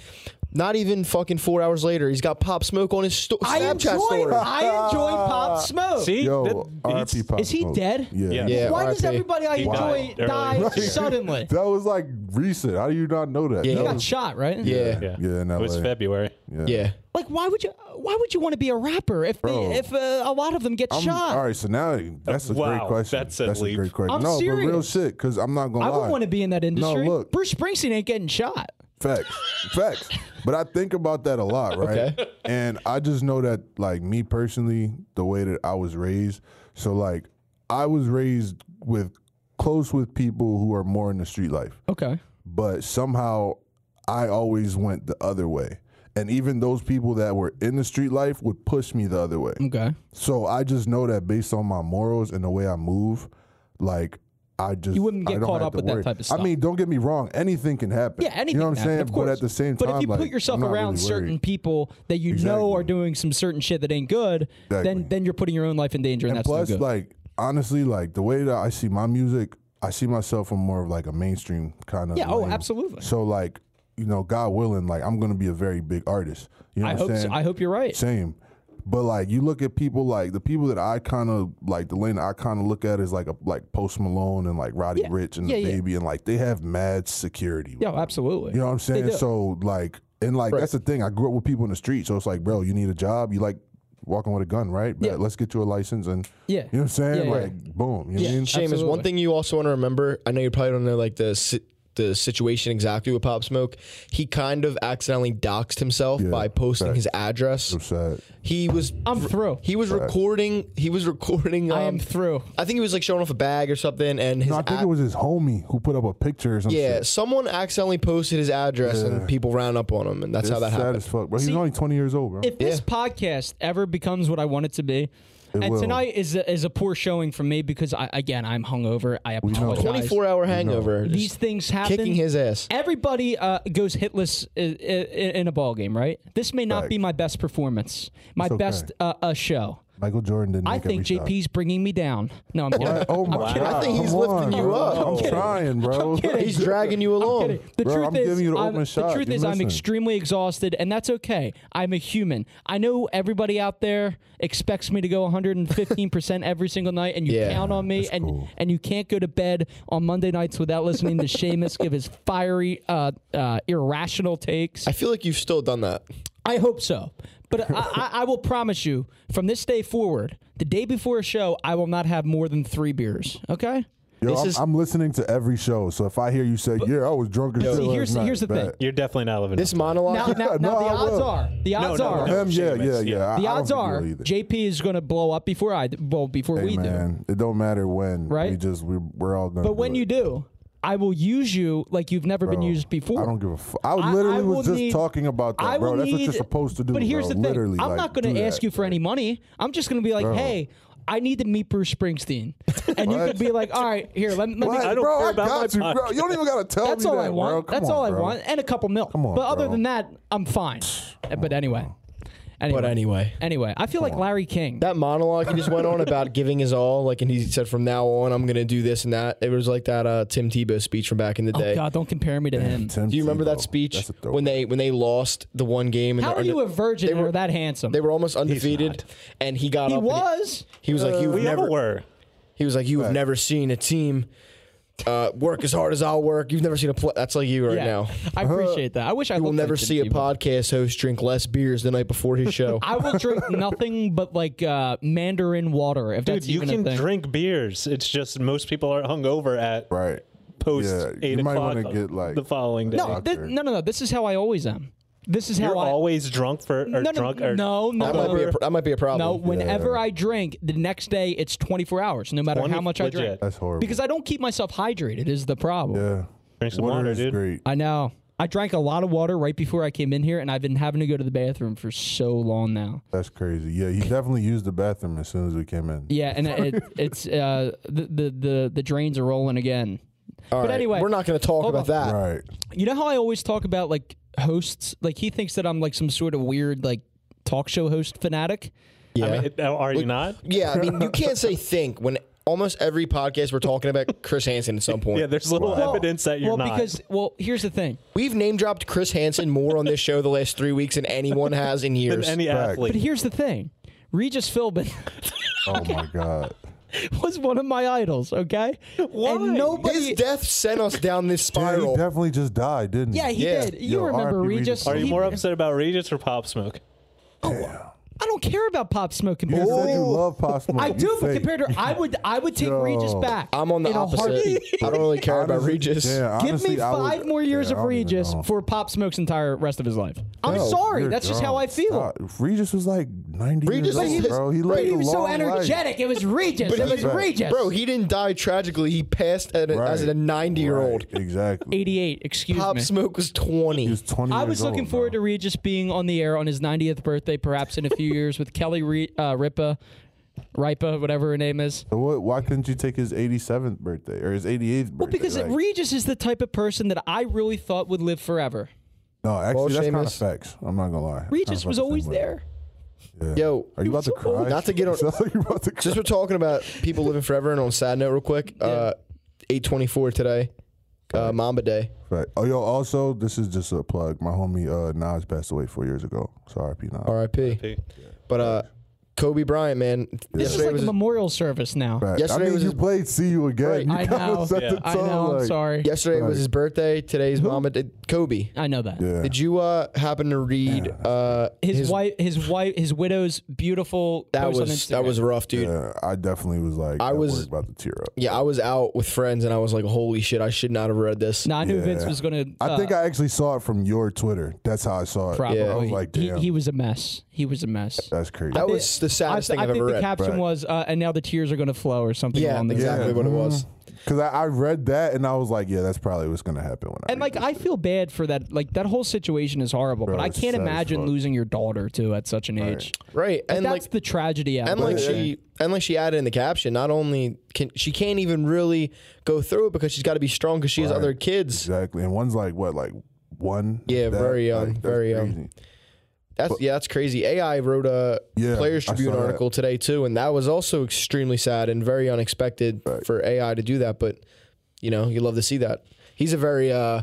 S3: Not even fucking four hours later, he's got Pop Smoke on his sto-
S2: I
S3: Snapchat
S2: enjoy,
S3: story.
S2: I enjoy Pop Smoke.
S5: See,
S4: Yo,
S5: That- it's-
S4: RIP Pop
S2: Is he
S4: Smoke.
S2: dead?
S4: Yeah.
S5: Yeah.
S3: Yeah.
S2: Why does
S3: RIP.
S2: everybody I
S5: He
S2: enjoy
S5: died
S2: die
S5: early.
S2: suddenly?
S4: That was like recent. How do you not know that?
S3: Yeah.
S4: That
S2: He got
S4: was-
S2: shot, right?
S3: yeah. yeah,
S5: yeah.
S4: Yeah, in
S5: it was
S4: LA.
S5: February.
S3: yeah,
S2: Like, why would you? Why would you want to be a rapper if the,
S4: Bro.
S2: if uh, a lot of them get
S4: I'm,
S2: shot?
S4: all right, so now that's a great
S5: Wow,
S4: question.
S5: that's a leap.
S4: great question.
S2: I'm
S4: no, but real
S2: serious.
S4: shit, because I'm not gonna
S2: I
S4: lie.
S2: would want to be in that industry.
S4: look.
S2: Bruce Springsteen ain't getting shot.
S4: Facts. Facts. But I think about that a lot, right?
S3: Okay.
S4: And I just know that, like, me personally, the way that I was raised, so, like, I was raised with close with people who are more in the street life,
S2: Okay.
S4: but somehow I always went the other way. And even those people that were in the street life would push me the other way.
S2: Okay.
S4: So I just know that based on my morals and the way I move, like I just
S2: You wouldn't
S4: I
S2: get
S4: don't
S2: caught
S4: have
S2: up
S4: to
S2: with that
S4: worry.
S2: type of stuff.
S4: I mean, don't get me wrong, anything can happen.
S2: Yeah, anything.
S4: You know what
S2: can
S4: I'm
S2: happen,
S4: saying?
S2: Of course.
S4: But at the same time,
S2: but if you
S4: like,
S2: put yourself
S4: I'm not
S2: around
S4: really
S2: certain
S4: worried.
S2: people that you know are
S4: Exactly.
S2: doing some certain shit that ain't good,
S4: Exactly.
S2: then then you're putting your own life in danger, and,
S4: and
S2: that's
S4: plus,
S2: no good.
S4: like honestly, like the way that I see my music, I see myself in more of like a mainstream kind of.
S2: Yeah, oh,
S4: lane.
S2: absolutely.
S4: So like, you know, God willing, like I'm gonna be a very big artist. You know
S2: I
S4: what
S2: hope
S4: I'm
S2: so.
S4: saying?
S2: I hope you're right.
S4: Same. But like you look at people like the people that I kind of like the lane that I kind of look at is like a like Post Malone and like Roddy
S2: Yeah.
S4: Rich and
S2: Yeah,
S4: the
S2: yeah.
S4: baby and like they have mad security. with
S2: Yeah,
S4: them.
S2: absolutely.
S4: You know what I'm saying?
S2: do.
S4: So like and like that's the thing. I grew up with people in the street, so it's like, bro, you need a job. You like walking with a gun, right? Bet.
S2: Yeah.
S4: Let's get you a license and
S2: Yeah.
S4: you know what I'm saying?
S2: Yeah, yeah.
S4: like boom. You know what I mean?
S3: Seamus, one
S2: Absolutely.
S3: thing you also want to remember, I know you probably don't know like the si- the situation exactly with Pop Smoke. He kind of accidentally doxed himself
S4: Yeah,
S3: by posting
S4: facts. Mm.
S3: his address.
S4: I'm sad.
S3: He was
S2: I'm through.
S3: he was recording he was recording um,
S2: I am through.
S3: I think he was like showing off a bag or something and his
S4: No, I think
S3: ad-
S4: it was his homie who put up a picture or something.
S3: Yeah, someone accidentally posted his address and people ran up on him and that's
S4: It's
S3: how that
S4: sad
S3: happened.
S4: as fuck. Bro, he's only 20 years old, bro.
S2: If this podcast ever becomes what I want it to be, and
S4: will.
S2: tonight is a, is a poor showing from me because I again I'm hungover. I apologize.
S3: 24 hour hangover. just
S2: These things happen.
S3: kicking his ass.
S2: Everybody uh, goes hitless i- i- in a ball game, right? This may not be my best performance, my
S4: okay.
S2: best uh, uh, show.
S4: Michael Jordan didn't
S2: I
S4: make
S2: think
S4: every shot.
S2: JP's bringing me down. No, I'm kidding.
S4: What? Oh my
S5: kidding.
S4: god!
S5: I
S3: think he's
S4: Come
S3: lifting
S4: on,
S3: you
S4: bro.
S3: up. I'm
S4: I'm
S3: kidding.
S4: trying, bro.
S2: I'm kidding.
S3: He's dragging you along.
S2: kidding. The
S4: Oh, Bro,
S2: truth
S4: I'm
S2: is,
S4: giving you the
S2: I'm-
S4: open shot.
S2: truth
S4: You
S2: is, I'm
S4: missing.
S2: extremely exhausted, and that's okay. I'm a human. I know everybody out there expects me to go 115 percent every single night, and you
S3: Yeah,
S2: count on me,
S4: that's
S2: and
S4: cool.
S2: and you can't go to bed on Monday nights without listening to Seamus give his fiery, uh, uh, irrational takes.
S3: I feel like you've still done that.
S2: I hope so. But I, I, I will promise you, from this day forward, the day before a show, I will not have more than three beers. Okay.
S4: Yo,
S3: This
S4: I'm,
S3: is-
S4: I'm listening to every show, so if I hear you say, "Yeah, I was drunk as shit,"
S2: See,
S4: last
S2: here's the-
S4: night,"
S2: here's the
S4: bet.
S5: You're definitely not living
S3: This
S5: up.
S3: monologue
S2: Now, now,
S4: No,
S2: now the
S4: I
S2: odds
S4: will.
S2: are the odds
S5: no,
S2: are
S5: no.
S4: Him, yeah, yeah,
S5: Seamus,
S4: yeah.
S5: yeah.
S2: the
S4: I- I don't
S2: odds
S4: think
S2: are
S4: you'll either.
S2: JP is going to blow up before I well before
S4: Hey,
S2: we do.
S4: man, it don't matter when,
S2: Right?
S4: We just we're, we're all gonna.
S2: But when
S4: do
S2: you
S4: it.
S2: do, I will use you like you've never been
S4: Bro,
S2: used before.
S4: I don't give a fuck. I
S2: I-
S4: literally
S2: I will
S4: was just
S2: need-
S4: talking about
S2: I
S4: that, bro.
S2: will
S4: That's what you're
S2: need-
S4: supposed to do.
S2: But here's
S4: bro.
S2: the thing:
S4: literally,
S2: I'm
S4: like,
S2: not going
S4: do
S2: to ask
S4: that.
S2: you for any money. I'm just going to be like, "Hey, I need to meet Bruce Springsteen," and you
S4: What?
S2: could be like, "All right, here, let, let
S4: What?
S2: me."
S5: I don't
S4: bro,
S5: care
S4: I
S5: about
S4: got
S5: my
S4: you, bro. You don't even gotta tell
S2: That's
S4: me
S2: all
S4: that,
S2: I
S4: Bro.
S2: want.
S4: Come
S2: That's
S4: on,
S2: all I
S4: bro.
S2: want, and a couple mil.
S4: Come on,
S2: but other
S4: bro.
S2: than that, I'm fine. Eh, But anyway, anyway,
S3: But anyway.
S2: anyway, I feel like Larry King.
S3: That monologue he just went on about giving his all, like, and he said, "From now on, I'm gonna do this and that." It was like that uh, Tim Tebow speech from back in the
S2: oh
S3: day.
S2: God, don't compare me to him.
S4: Tim
S3: Do you remember
S4: Tebow.
S3: that speech
S4: That's a throwback.
S3: when they when they lost the one game? And
S2: How
S3: they're
S2: are you a
S3: under-
S2: virgin?
S3: They
S2: They
S3: were
S2: were that handsome.
S3: They were almost undefeated, and he got
S2: he
S3: up. and
S2: was. Uh,
S3: He, was like, "You
S5: we all
S3: never."
S5: were.
S3: He was like, "You have never seen a team uh, work as hard as I'll work. You've never seen a play." That's like you right
S2: Yeah.
S3: now.
S2: I appreciate that. I wish I
S3: You will
S2: looked like
S3: never
S2: Tim
S3: see a
S2: Tebow.
S3: podcast host drink less beers the night before his show.
S2: I will drink nothing but like uh, Mandarin water. If
S5: Dude,
S2: that's
S5: you
S2: even
S5: can
S2: a thing.
S5: drink beers. It's just most people are hungover at
S4: Right.
S5: post
S4: Yeah,
S5: eight
S4: you might
S5: o'clock
S4: wanna get, like,
S5: the following day.
S2: No,
S4: Doctor.
S2: thi- no, no, no. This is how I always am. This is how
S5: You're
S2: I
S5: always drunk for or
S2: no, no,
S5: drunk
S2: no,
S5: or
S2: no,
S3: that, might be a,
S2: no,
S3: pr- that might be a problem.
S2: no. Whenever
S4: Yeah.
S2: I drink, the next day it's 24 hours, no matter
S5: 20
S2: how much I drink.
S5: legit.
S4: That's horrible.
S2: Because I don't keep myself hydrated is the problem.
S4: yeah,
S5: Drink some water,
S4: is
S5: dude.
S4: great.
S2: I know. I drank a lot of water right before I came in here, and I've been having to go to the bathroom for so long now.
S4: That's crazy. Yeah, he definitely used the bathroom as soon as we came in.
S2: Yeah, and it, it's uh, the, the the the drains are rolling again.
S3: All
S2: but
S3: right,
S2: anyway,
S3: we're not going to talk
S2: hold
S3: about
S2: on.
S3: that.
S4: Right.
S2: You know how I always talk about like hosts? Like he thinks that I'm like some sort of weird like talk show host fanatic.
S3: Yeah.
S5: I mean, it- are you not?
S3: Yeah, I mean, you can't say think when almost every podcast we're talking about Chris Hansen at some point.
S5: Yeah, there's little
S2: Well-
S5: evidence that you're
S2: well,
S5: not.
S2: because well, here's the thing.
S3: We've name dropped Chris Hansen more on this show the last three weeks than anyone has in
S5: than
S3: years.
S5: any
S4: Fact.
S5: athlete.
S2: But here's the thing. Regis Philbin
S4: Oh my god.
S2: was one of my idols. Okay, and nobody.
S3: His death sent us down this
S4: Dude, he
S3: spiral.
S4: definitely just died, didn't he?
S2: yeah, he
S3: Yeah.
S2: did. You
S4: Yo,
S2: remember
S4: R.I.P.
S2: Regis?
S4: Regis.
S5: Are you
S2: He-
S5: more upset about Regis or Pop Smoke?
S2: I don't care about Pop Smoke and
S4: You just said you
S2: Boy.
S4: love Pop Smoke.
S2: Oh. I
S4: You
S2: do, but
S4: fake.
S2: compared to I would, I would take
S4: Yo.
S2: Regis back.
S3: I'm on the
S2: in a
S3: opposite.
S2: heartbeat.
S3: I don't really care about
S4: Honestly,
S3: Regis.
S4: yeah, honestly,
S2: Give me
S4: I would-
S2: five more years
S4: yeah, I
S2: of
S4: don't even
S2: Regis
S4: know.
S2: for Pop Smoke's entire rest of his life. I'm
S4: Yo,
S2: sorry,
S4: you're
S2: that's just how I
S4: drunk.
S2: feel.
S4: Stop. Regis was like 90
S3: Regis
S4: years
S3: was-
S4: old, bro. He
S3: But
S4: lived
S2: He
S4: a
S2: was so
S4: long
S2: energetic. It was Regis.
S3: But
S2: it
S3: he-
S2: was Regis.
S3: Bro, he didn't die tragically. He passed at a,
S4: life.
S3: as a 90 year old.
S4: Right, Exactly.
S2: 88. Excuse
S3: Pop
S2: me.
S3: Smoke was
S4: He
S3: 20.
S4: was 20
S2: I
S4: years
S2: was looking
S4: old,
S2: forward
S4: bro.
S2: to Regis being on the air on his 90th birthday, perhaps in a few years, with Kelly Re- uh, Ripa, Ripa, whatever her name is.
S4: So what, why couldn't you take his 87th birthday or his 88th birthday?
S2: Well, because
S4: like,
S2: Regis is the type of person that I really thought would live forever.
S4: No, actually,
S3: Well,
S4: that's kind of
S3: Seamus-
S4: facts. I'm not going to lie.
S2: Regis was always there.
S3: Yo,
S4: Are you about to cry?
S3: Not to get on-
S4: So you about to cry?
S3: since we're talking about people living forever, and on a side note, real quick, uh, 824 today, uh, Mamba Day.
S4: Right. Oh, yo, also, this is just a plug. My homie uh, Nas passed away four years ago. So RP Nas.
S3: RIP. But uh, Kobe Bryant, man,
S2: This is
S3: yesterday
S2: like
S3: was
S2: a memorial service now.
S4: Right.
S3: Yesterday
S4: I mean,
S3: was
S4: you
S3: his-
S4: played See You Again.
S3: Right.
S4: You
S2: I
S4: kinda
S2: know.
S4: set
S5: Yeah.
S4: the
S2: I
S4: tone,
S2: know. I'm
S4: like-
S2: sorry.
S3: yesterday was his birthday. Today's Mamba Day. Kobe.
S2: I know that.
S4: Yeah.
S3: Did you uh, happen to read uh,
S2: His, wife, his wife, his widow's beautiful.
S3: That
S2: post on
S3: was
S2: Instagram.
S3: that was rough, dude.
S4: Yeah, I definitely was like,
S3: I
S4: at
S3: was-
S4: work about to tear up.
S3: Yeah, I was out with friends and I was like, holy shit, I should not have read this.
S2: No, I knew Vince
S4: Yeah.
S2: was gonna.
S4: I
S2: uh,
S4: think I actually saw it from your Twitter. That's how I saw it.
S2: probably.
S4: I was like,
S2: he,
S4: damn,
S2: he was a mess. He was a mess.
S4: that's crazy.
S3: That was the saddest
S2: I,
S3: thing
S2: I
S3: I've
S2: think
S3: ever
S2: the
S3: read.
S2: caption
S4: Right.
S2: was, uh, "And now the tears are gonna flow" or something.
S3: Yeah,
S2: along those lines.
S3: exactly what it was.
S4: because Mm-hmm. I, I read that and I was like, yeah, that's probably what's gonna happen when I.
S2: And
S4: read
S2: like, I feel bad for that. Like that whole situation is horrible, but I
S4: it's
S2: can't
S4: sad as
S2: imagine
S4: fuck.
S2: losing your daughter too at such an age.
S3: Right. And
S2: That's
S3: like
S2: the tragedy. Out
S3: and
S2: of
S3: like
S2: it.
S3: she and like she added in the caption, not only can she can't even really go through it because she's got to be strong because she has other kids.
S4: exactly. And one's like what, like one?
S3: Yeah, very young,
S4: that's
S3: very young.
S4: crazy.
S3: That's yeah, that's crazy. AI wrote a
S4: Yeah,
S3: Players
S4: I
S3: Tribune
S4: saw that.
S3: article today too, and that was also extremely sad and very unexpected for AI to do that. But you know, you love to see that. He's a very uh,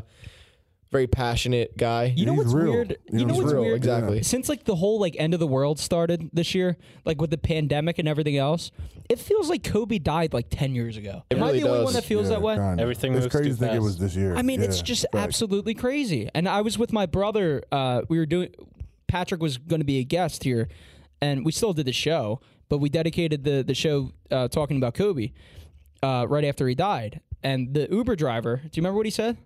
S3: very passionate guy.
S2: You know
S4: He's
S2: what's
S4: real.
S2: weird?
S4: You
S2: You
S4: know,
S2: know
S4: he's
S2: what's
S3: real,
S2: weird?
S3: exactly.
S2: Since like the whole like end of the world started this year, like with the pandemic and everything else, it feels like Kobe died like ten years ago. Am I
S3: really
S2: the only
S3: does.
S2: one that feels
S4: Yeah,
S2: that way?
S4: kinda.
S5: Everything
S4: It's
S5: moves too
S4: crazy to think it
S5: fast.
S4: was this year.
S2: I mean, it's
S4: Yeah,
S2: just
S4: facts.
S2: absolutely crazy. And I was with my brother. Uh, we were doing. Patrick was going to be a guest here, and we still did the show, but we dedicated the the show uh, talking about Kobe uh, right after he died. And the Uber driver. Do you remember what he said? Do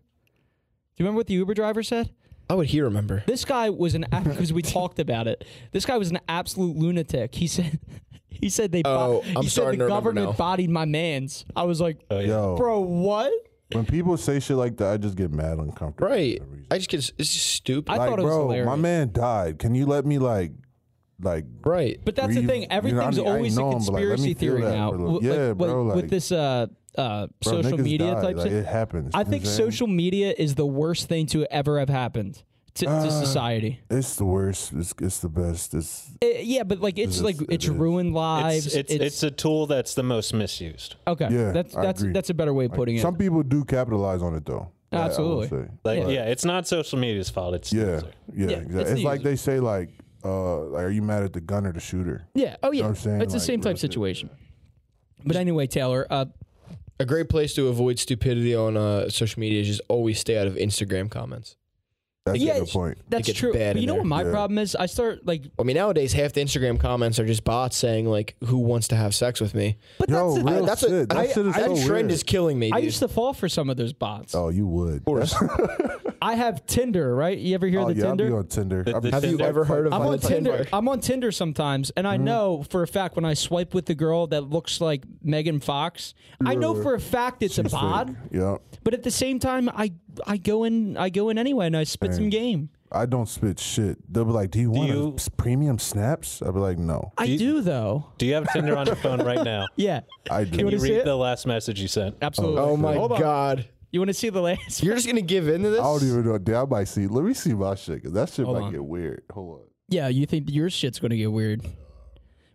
S2: you remember what the Uber driver said?
S3: I would he remember?
S2: This guy was an because we talked about it. This guy was an absolute lunatic. He said. He said they.
S3: Oh, I'm
S2: he said
S3: starting to
S2: the
S3: remember
S2: government
S3: now. Oh,
S2: bodied my man's. I was like,
S4: Yo,
S2: bro, what?
S4: when people say shit like that, I just get mad uncomfortable.
S3: Right. I just get it's just stupid.
S2: I
S4: Like,
S2: thought it was
S4: bro,
S2: hilarious.
S4: my man died. Can you let me like, like
S3: right.
S2: But that's the
S4: grieve-
S2: thing.
S4: you know, I
S2: Everything's
S4: mean, I
S2: always a
S4: know him, but, like, let me
S2: conspiracy
S4: feel
S2: theory
S4: that
S2: now.
S4: for a
S2: W-
S4: little-
S2: Like,
S4: Yeah,
S2: like,
S4: bro,
S2: with
S4: like-
S2: this uh, uh,
S4: bro,
S2: social
S4: niggas
S2: media
S4: die.
S2: type
S4: like,
S2: shit.
S4: It happens.
S2: I
S4: You know
S2: think
S4: what I'm saying?
S2: social media is the worst thing to ever have happened to,
S4: Uh.
S2: to society.
S4: It's the worst. It's, it's the best. It's
S2: It- yeah, but like it's
S4: is-
S2: like
S4: it
S2: it's
S4: is.
S2: ruined lives.
S5: It's, it's, it's a tool that's the most misused.
S2: okay.
S4: Yeah,
S2: that's
S4: I
S2: that's
S4: agree.
S2: that's a better way of putting it.
S4: Some people do capitalize on it though. That I will
S2: Absolutely.
S4: say.
S5: Like,
S2: Yeah.
S5: yeah. it's not social media's fault. It's the
S4: Yeah, yeah,
S5: user.
S2: Yeah,
S4: exactly.
S2: it's
S4: It's,
S2: the
S4: like
S2: user.
S4: they say, like, uh, like, are you mad at the gun or the shooter?
S2: yeah. Oh yeah.
S4: what I'm saying?
S2: It's the
S4: Like,
S2: same
S4: real
S2: type
S4: shit,
S2: situation. But anyway, Taylor. Uh,
S3: A great place to avoid stupidity on uh, social media is just always stay out of Instagram comments.
S4: That's
S2: yeah,
S4: a good point.
S2: that's
S3: gets
S2: true. But
S3: bad in
S2: you know
S3: there.
S2: what my
S4: Yeah.
S2: problem is? I start like,
S3: I mean, nowadays half the Instagram comments are just bots saying like, "Who wants to have sex with me?"
S2: but that's
S4: Yo,
S2: the
S4: real
S2: thing.
S3: I- that's
S4: shit.
S3: a,
S4: That
S3: I-
S4: shit is
S3: that
S4: so
S3: trend
S4: weird.
S3: is killing me.
S2: I
S3: dude.
S2: used to fall for some of those bots.
S4: Oh, you would. Of course.
S2: I have Tinder, right? You ever hear
S4: oh,
S2: the
S4: yeah,
S2: Tinder?
S4: I'll be on Tinder.
S5: The-
S4: I'll be
S5: the
S3: Have you
S5: Tinder.
S3: ever heard of
S2: I'm on
S3: Violent
S2: Tinder.
S3: Tinder?
S2: I'm on Tinder sometimes, and I know for a fact when I swipe with the girl that looks like Megan Fox, I know for a fact it's a
S4: She's
S2: bod.
S4: fake. Yeah.
S2: But at the same time, I I go in I go in anyway, and I spit some game.
S4: I don't spit shit. They'll be like, "Do you want
S5: you-
S4: a s- premium snaps?" I'll be like, "No,
S2: I do though.
S5: Do you have Tinder on your phone right now?
S2: Yeah,
S4: I do."
S5: Can you
S2: wanna see
S5: read
S2: it? Uh,
S5: the last message you sent?
S2: absolutely.
S3: Oh my
S2: Hold on.
S3: god!
S2: You want to see the last?
S3: You're just gonna give in to this?
S4: I don't even know. Dude, I might see. Let me see my shit because that shit
S2: Hold
S4: might
S2: on.
S4: get weird. Hold on.
S2: Yeah, you think your shit's gonna get weird?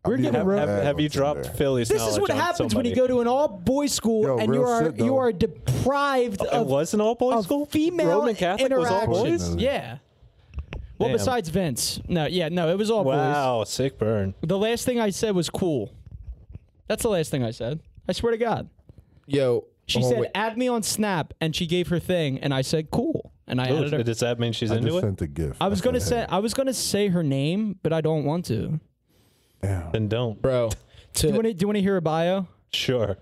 S2: We're
S4: be
S2: giving
S4: having
S2: Ro-
S5: Have,
S4: bad
S5: have you
S4: ones in
S5: dropped
S4: there.
S5: Philly's
S2: This is
S5: knowledge
S2: what
S5: on
S2: happens when you
S5: somebody?
S2: go to an all boys school
S4: Yo,
S2: and you
S4: real
S2: are
S4: shit,
S2: you
S4: though.
S2: are deprived
S5: It
S2: of
S5: was an all boys
S2: of
S5: school?
S2: female
S5: Roman Catholic was all
S2: interaction.
S5: boys?
S4: Shit,
S2: Yeah. Well,
S5: Damn.
S2: besides Vince, no, yeah, no, it was all boys.
S5: Wow, sick burn.
S2: The last thing I said was cool. That's the last thing I said. I swear to God.
S3: Yo,
S2: She
S5: Oh,
S3: hold on,
S2: said,
S3: wait.
S2: "Add me on Snap," and she gave her thing, and I said, "Cool," and I added her.
S5: Does that mean she's
S4: I
S5: into
S4: just
S5: it?
S4: sent a gift.
S2: I was
S4: That's
S2: gonna
S4: what
S2: say
S4: happened.
S2: I was gonna say her name, but I don't want to. Do
S4: Damn.
S5: Then don't.
S3: bro, to,
S2: you want to do you want to hear a bio?
S5: Sure.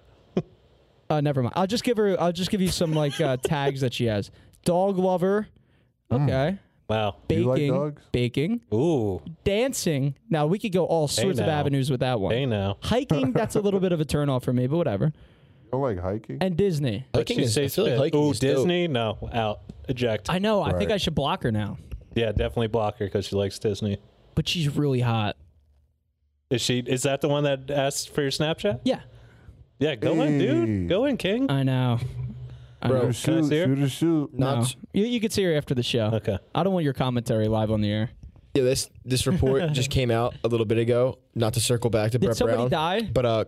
S2: Uh, never mind. I'll just give her. I'll just give you some like uh, tags that she has. Dog lover.
S5: Mm.
S2: Okay.
S5: Wow.
S2: Baking.
S4: You like dogs?
S2: Baking.
S5: Ooh.
S2: Dancing. Now we could go all sorts of
S5: now.
S2: avenues with that one.
S5: Hey now.
S2: Hiking. That's a little bit of a turnoff for me, but whatever.
S4: You don't like hiking?
S2: And Disney.
S3: hiking
S5: She
S3: is, I
S5: says
S3: feel like
S5: that-
S3: hiking
S5: Ooh,
S3: is dope.
S5: Disney? No. Out. Eject.
S2: I know. I think
S4: Right.
S2: I should block her now.
S5: yeah, definitely block her because she likes Disney.
S2: But she's really hot.
S5: Is she is that the one that asked for your Snapchat?
S2: Yeah.
S5: Yeah, go in,
S4: Hey.
S5: dude. Go in, King.
S3: Uh,
S2: I know. I
S3: Bro,
S2: know.
S4: Shoot,
S5: can I
S4: shoot,
S5: see her?
S4: shoot, shoot.
S3: Not
S2: No. You, you could see her after the show.
S5: Okay.
S2: I don't want your commentary live on the air.
S3: Yeah, this this report just came out a little bit ago. Not to circle back to
S2: Did
S3: Brett
S2: somebody
S3: Brown,
S2: die?
S3: but uh,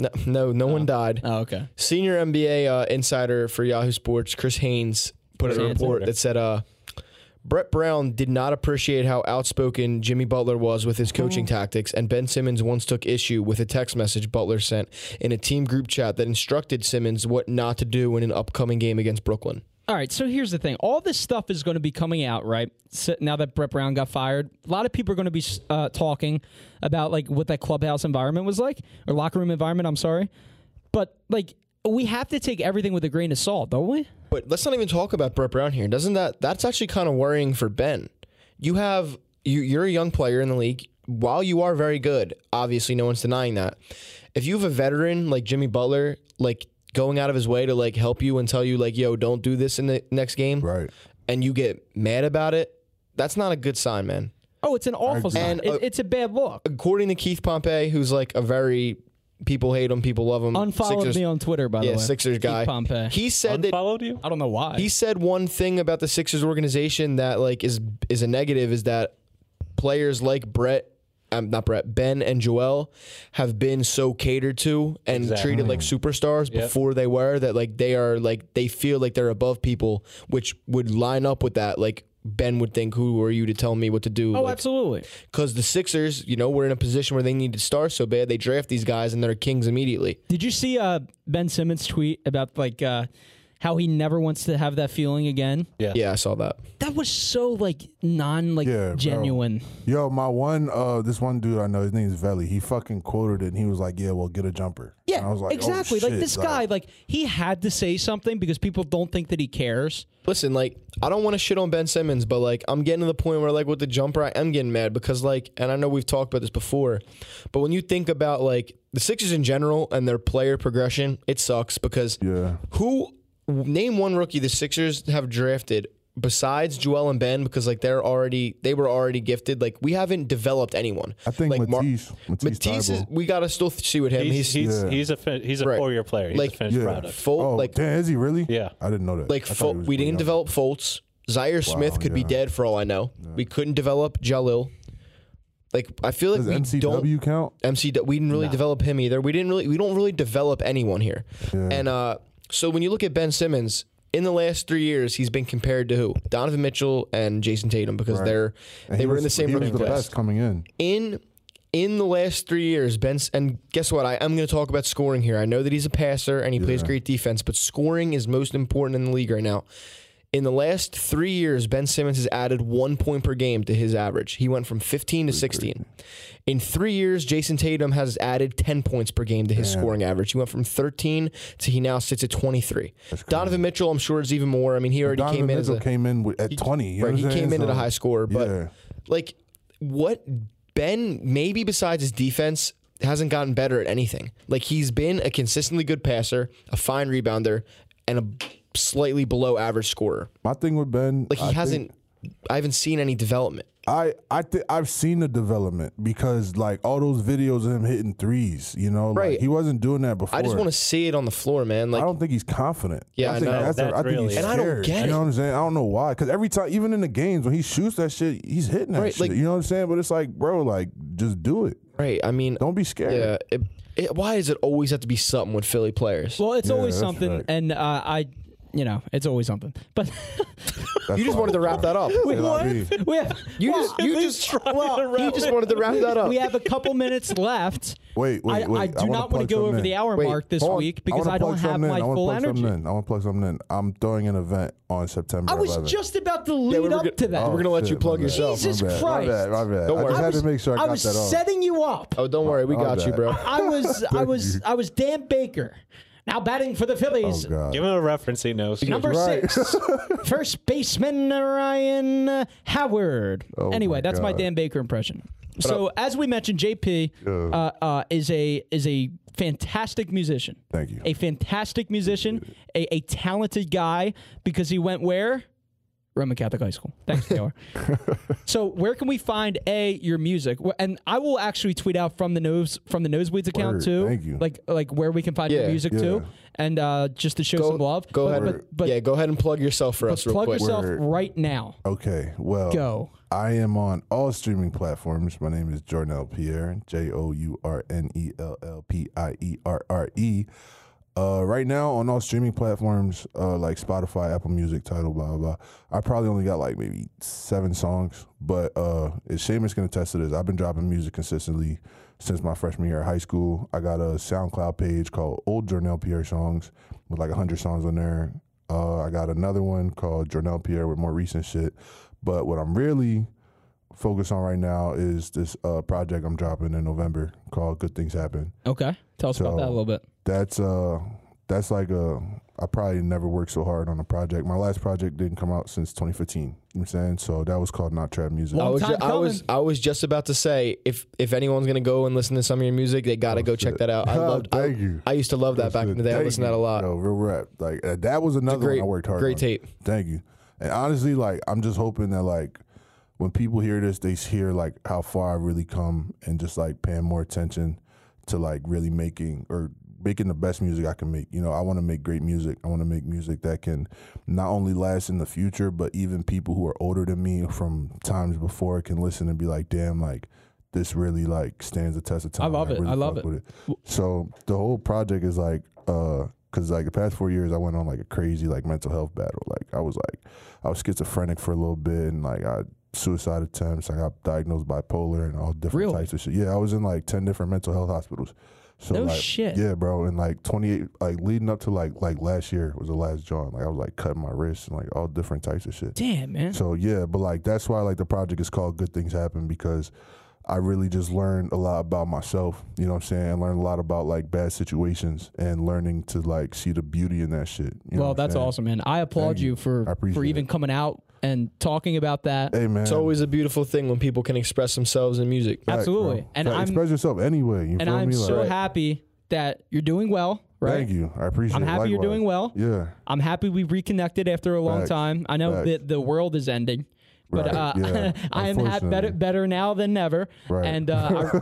S3: no, no, no one died.
S2: Oh, okay.
S3: Senior NBA uh, insider for Yahoo Sports, Chris Haynes, put out a
S2: Haynes.
S3: report that said uh, Brett Brown did not appreciate how outspoken Jimmy Butler was with his coaching tactics, and Ben Simmons once took issue with a text message Butler sent in a team group chat that instructed Simmons what not to do in an upcoming game against Brooklyn.
S2: All right, so here's the thing. All this stuff is going to be coming out, right? So now that Brett Brown got fired, a lot of people are going to be uh, talking about like what that clubhouse environment was like or locker room environment, I'm sorry. But like we have to take everything with a grain of salt, don't we?
S3: But let's not even talk about Brett Brown here. Doesn't that that's actually kind of worrying for Ben? You have you, you're a young player in the league. While you are very good, obviously no one's denying that. If you have a veteran like Jimmy Butler, like going out of his way to like help you and tell you like, "Yo, don't do this in the next game,"
S4: Right.
S3: and you get mad about it, that's not a good sign, man.
S2: Oh, it's an awful sign.
S3: And, uh,
S2: It- it's a bad look.
S3: According to Keith Pompey, who's like a very people hate him, people love him.
S2: Unfollowed
S3: Sixers,
S2: me on Twitter, by
S3: yeah,
S2: the way.
S3: Sixers
S2: Keith
S3: guy.
S2: Pompey.
S3: He said that
S5: Unfollowed you?
S2: I don't know why.
S3: He said one thing about the Sixers organization that like is is a negative is that players like Brett, um, not Brett, Ben and Joel have been so catered to and
S5: Exactly.
S3: treated like superstars before they were that like they are like they feel like they're above people, which would line up with that like. Ben would think, "Who are you to tell me what to do?"
S2: oh,
S3: like,
S2: absolutely.
S3: Because the Sixers, you know, we're in a position where they need to star so bad, they draft these guys and they're kings immediately.
S2: Did you see uh, Ben Simmons tweet about like uh, how he never wants to have that feeling again?
S5: Yeah.
S3: Yeah, I saw that.
S2: That was so like non like
S4: Yeah, bro.
S2: genuine.
S4: Yo, my one, uh, this one dude I know, his name's Veli. He fucking quoted it and he was like, yeah, well, get a jumper.
S2: Yeah,
S4: And I was like, oh,
S2: exactly. like
S4: shit,
S2: this
S4: like-
S2: guy, like he had to say something because people don't think that he cares.
S3: Listen, like I don't want to shit on Ben Simmons, but like I'm getting to the point where like with the jumper, I am getting mad because like, and I know we've talked about this before, but when you think about like the Sixers in general and their player progression, it sucks because
S4: Yeah.
S3: who name one rookie the Sixers have drafted besides Joel and Ben because like they're already they were already gifted. Like we haven't developed anyone.
S4: I think
S3: like Mar-
S4: Matisse. Matisse,
S3: Matisse is,
S4: Thybulle.
S3: we gotta still th- see with him.
S5: He's
S3: He's,
S5: he's he's,
S4: Yeah.
S5: a fin- he's a
S3: Right.
S5: four year player. He's
S3: Like-
S5: a finished
S4: Yeah.
S5: product.
S3: full
S4: Oh,
S3: like
S4: damn, is he really?
S5: Yeah.
S4: I didn't know that.
S3: Like
S4: I thought
S3: Fol-
S4: he was
S3: we
S4: pretty
S3: didn't
S4: young.
S3: develop Fultz. Zaire Smith could be
S4: yeah.
S3: dead for all I know. We couldn't develop Jalil. Like I feel like
S4: Does
S3: we don't
S4: MCW count?
S3: MC we didn't really develop him either. We didn't really we don't really develop anyone here. And uh so when you look at Ben Simmons in the last three years, he's been compared to who? Donovan Mitchell and Jason Tatum because they're
S4: And
S3: they
S4: he
S3: were
S4: was-
S3: in the same
S4: he was
S3: rookie
S4: the
S3: class
S4: best coming in.
S3: in in the last three years, Ben. And guess what? I, I'm going to talk about scoring here. I know that he's a passer and he plays great defense, but scoring is most important in the league right now. In the last three years, Ben Simmons has added one point per game to his average. He went from 15 to 16. In three years, Jason Tatum has added 10 points per game to his scoring average. He went from 13 to he now sits at 23. Donovan Mitchell, I'm sure, is even more. I mean, he already
S4: Donovan
S3: came in
S4: Mitchell
S3: as a
S4: came in with, at 20. You know
S3: right,
S4: what
S3: he
S4: I'm saying?
S3: came in at a
S4: So,
S3: high score, but
S4: yeah.
S3: like what Ben maybe besides his defense hasn't gotten better at anything. Like he's been a consistently good passer, a fine rebounder, and a slightly below average scorer.
S4: My thing with Ben,
S3: Like he
S4: I think-
S3: hasn't. I haven't seen any development.
S4: I I think I've seen the development because like all those videos of him hitting threes, you know,
S3: Right.
S4: Like, he wasn't doing that before.
S3: I just want to see it on the floor, man.
S4: I
S3: Like
S4: don't think he's confident.
S3: Yeah, I
S4: think
S3: know.
S4: the-
S5: That's
S4: I think
S5: really-
S4: he's
S5: And
S3: I don't
S4: scared.
S3: get
S4: You
S3: it.
S4: know what I'm saying? I don't know why. Because every time, even in the games when he shoots that shit, he's hitting that
S3: Right,
S4: shit.
S3: like-
S4: you know what I'm saying? But it's like, bro, like Just do it.
S3: Right. I mean,
S4: Don't be scared.
S3: yeah. It, it, why does it always have to be something with Philly players?
S2: Well, it's
S4: Yeah,
S2: always
S4: that's
S2: something,
S4: right.
S2: and uh, I, you know, it's always something. But
S4: That's
S3: you just
S4: why-
S3: wanted to wrap that up.
S4: That's what I mean.
S2: we have
S3: You
S2: well,
S3: just you just you just wanted to wrap that up.
S2: we have a couple minutes left.
S4: Wait, wait,
S2: I,
S4: wait.
S2: I do
S4: wanna
S2: not want
S4: plug
S2: to go
S4: something
S2: over
S4: in.
S2: the hour
S3: Wait,
S2: mark this
S4: Hold on.
S2: week because
S4: wanna
S2: I, don't
S4: plug
S2: have
S4: something in.
S2: my
S4: I wanna
S2: full
S4: plug something
S2: energy.
S4: in. I want to plug something in. I'm throwing an event on September.
S2: I was
S4: 11th.
S2: just about to
S3: Yeah,
S2: lead
S3: we're
S2: up
S3: gonna-
S2: to that.
S3: We're gonna let you
S4: shit,
S3: plug
S4: my bad.
S3: yourself.
S2: Jesus
S4: my bad,
S2: Christ.
S4: My bad, my bad.
S3: Don't
S4: I
S3: worry.
S4: just
S2: I
S4: had
S2: was,
S4: to make sure I,
S2: I
S4: got
S2: was
S4: that off.
S2: setting you up.
S3: Oh, don't worry, we
S4: I'll
S3: got you,
S4: bet.
S3: bro.
S2: I was I was
S4: you. Oh,
S2: I was Dan Baker, now batting for the Phillies.
S4: God.
S5: Give him a reference he knows.
S2: Number six, first baseman Ryan Howard. anyway,
S4: Oh my
S2: that's my
S4: God.
S2: Dan Baker impression. So as we mentioned, JP uh, uh, is a is a fantastic musician.
S4: Thank you.
S2: A fantastic musician, a, a talented guy because he went where? Roman Catholic High School. Thanks, Taylor. so where can we find a your music? Wh- And I will actually tweet out from the nose from the nosebleeds account
S4: Word.
S2: too.
S4: Thank you.
S2: Like like where we can find your
S3: Yeah.
S2: music
S4: Yeah.
S2: too, and uh, just to show
S3: Go,
S2: some love.
S3: go
S2: But-
S3: ahead.
S2: But, but
S3: yeah, go ahead and plug yourself for us real
S2: plug
S3: quick.
S2: yourself
S4: Word.
S2: right now.
S4: Oh. Okay, well,
S2: Go.
S4: I am on all streaming platforms. My name is Jornell Pierre, J O U R N E L L P I E R R E. Uh, right now on all streaming platforms uh, like Spotify, Apple Music, Title, blah, blah, blah. I probably only got like maybe seven songs, but uh, it's Seamus can attest to this. I've been dropping music consistently since my freshman year of high school. I got a SoundCloud page called Old Jornell Pierre Songs with like 100 songs on there. Uh, I got another one called Jornell Pierre with more recent shit. But what I'm really focused on right now is this uh, project I'm dropping in November called Good Things Happen.
S2: Okay. Tell us about
S4: So-
S2: that a little bit.
S4: That's uh that's like a I probably never worked so hard on a project. My last project didn't come out since 2015. You know what I'm saying? So that was called Not Trap Music.
S3: I
S2: Long
S3: was,
S2: time
S3: I was I was just about to say if if anyone's gonna go and listen to some of your music, they gotta go check that out. I
S4: Oh,
S3: loved I,
S4: thank you.
S3: I used to love that back in the day. I
S4: Thank
S3: listened to that
S4: you.
S3: a lot.
S4: Yo, real rap. Like uh, that was another
S3: great-
S4: one I worked hard.
S3: great
S4: on.
S3: tape.
S4: Thank you. And honestly, like I'm just hoping that like when people hear this, they hear like how far I really come and just like paying more attention to like really making or making the best music I can make. You know, I want to make great music. I want to make music that can not only last in the future, but even people who are older than me from times before can listen and be like, damn, like this really like stands the test of time.
S2: love it.
S4: really
S2: I love
S4: fuck
S2: it.
S4: with So the whole project is like, uh, cause like the past four years I went on like a crazy like mental health battle. Like I was like, I was schizophrenic for a little bit, and like I suicide attempts. I got diagnosed bipolar and all different
S2: Really?
S4: types of shit. Yeah, I was in like ten different mental health hospitals. So
S2: No
S4: like,
S2: shit.
S4: Yeah, bro. And like twenty eight, like leading up to like like last year was the last joint. Like I was like cutting my wrists and like all different types of shit.
S2: Damn, man.
S4: So yeah, but like that's why like the project is called Good Things Happen because I really just learned a lot about myself, you know what I'm saying? And learned a lot about like bad situations and learning to like see the beauty in that shit. you know
S2: well,
S4: what I'm
S2: that's
S4: saying?
S2: awesome, man. I applaud
S4: Thank
S2: you
S4: you. I
S2: for for
S4: appreciate
S2: even
S4: it.
S2: coming out and talking about that.
S4: Hey man.
S3: It's always a beautiful thing when people can express themselves in music.
S4: Facts, bro.
S2: Absolutely. And
S4: Like,
S2: I'm-
S4: express yourself anyway. You
S2: and
S4: feel
S2: I'm
S4: me?
S2: so
S4: Like,
S2: happy that you're doing well, right?
S4: Thank you. I appreciate
S2: I'm
S4: it.
S2: happy you're
S4: Likewise.
S2: doing well.
S4: Yeah.
S2: I'm happy we reconnected after a long
S4: Facts.
S2: time. I know
S4: Facts.
S2: that the world is ending, but
S4: Right.
S2: uh,
S4: Yeah.
S2: I am ha- better
S4: Unfortunately.
S2: better now than never.
S4: Right.
S2: And uh,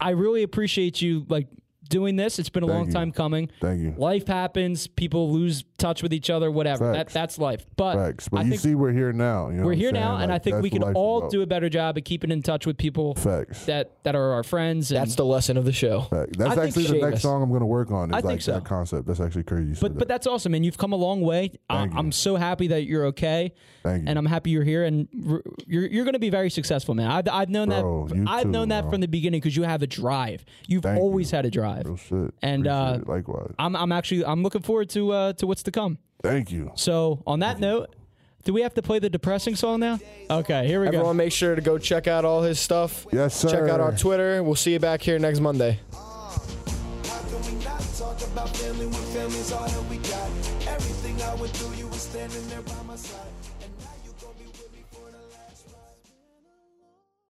S2: I, I really appreciate you like doing this. It's been a
S4: Thank
S2: long
S4: you.
S2: time coming.
S4: Thank you.
S2: Life happens. People lose touch with each other. Whatever. That,
S4: Facts.
S2: that's life. But
S4: Facts. But
S2: I
S4: you
S2: think
S4: see we're here now. You know
S2: we're
S4: what I'm
S2: here now,
S4: saying?
S2: and I
S4: Like,
S2: think we
S4: that's
S2: can
S4: what life's
S2: all
S4: about.
S2: do a better job at keeping in touch with people
S4: facts.
S2: that that are our friends. And,
S3: That's the lesson of the show.
S4: Fact. That's
S2: think
S4: actually the
S3: Seamus-
S4: next song I'm gonna work on. Is
S2: I
S4: like
S2: think so.
S4: that concept. That's actually crazy. you said
S2: but but
S4: that.
S2: that's awesome, and you've come a long way. I,
S4: Thank you.
S2: I'm so happy that you're okay.
S4: Thank you.
S2: and I'm happy you're here, and r- you're you're going to be very successful, man. I've, I've known
S4: Bro,
S2: that.
S4: you
S2: I've
S4: too,
S2: known that
S4: bro.
S2: from the beginning because you have a drive. You've
S4: Thank
S2: always
S4: you.
S2: had a drive.
S4: Real shit.
S2: And,
S4: Appreciate
S2: uh,
S4: it. likewise.
S2: I'm I'm actually I'm looking forward to uh, to what's to come.
S4: Thank you.
S2: So on that note, do we have to play the depressing song now? Okay, here we
S3: Everyone,
S2: go.
S3: make sure to go check out all his stuff.
S4: Yes, sir.
S3: Check out our Twitter. We'll see you back here next Monday.
S1: How can we not talk about family when family's all that we got? Everything I went through, you were standing there by my side.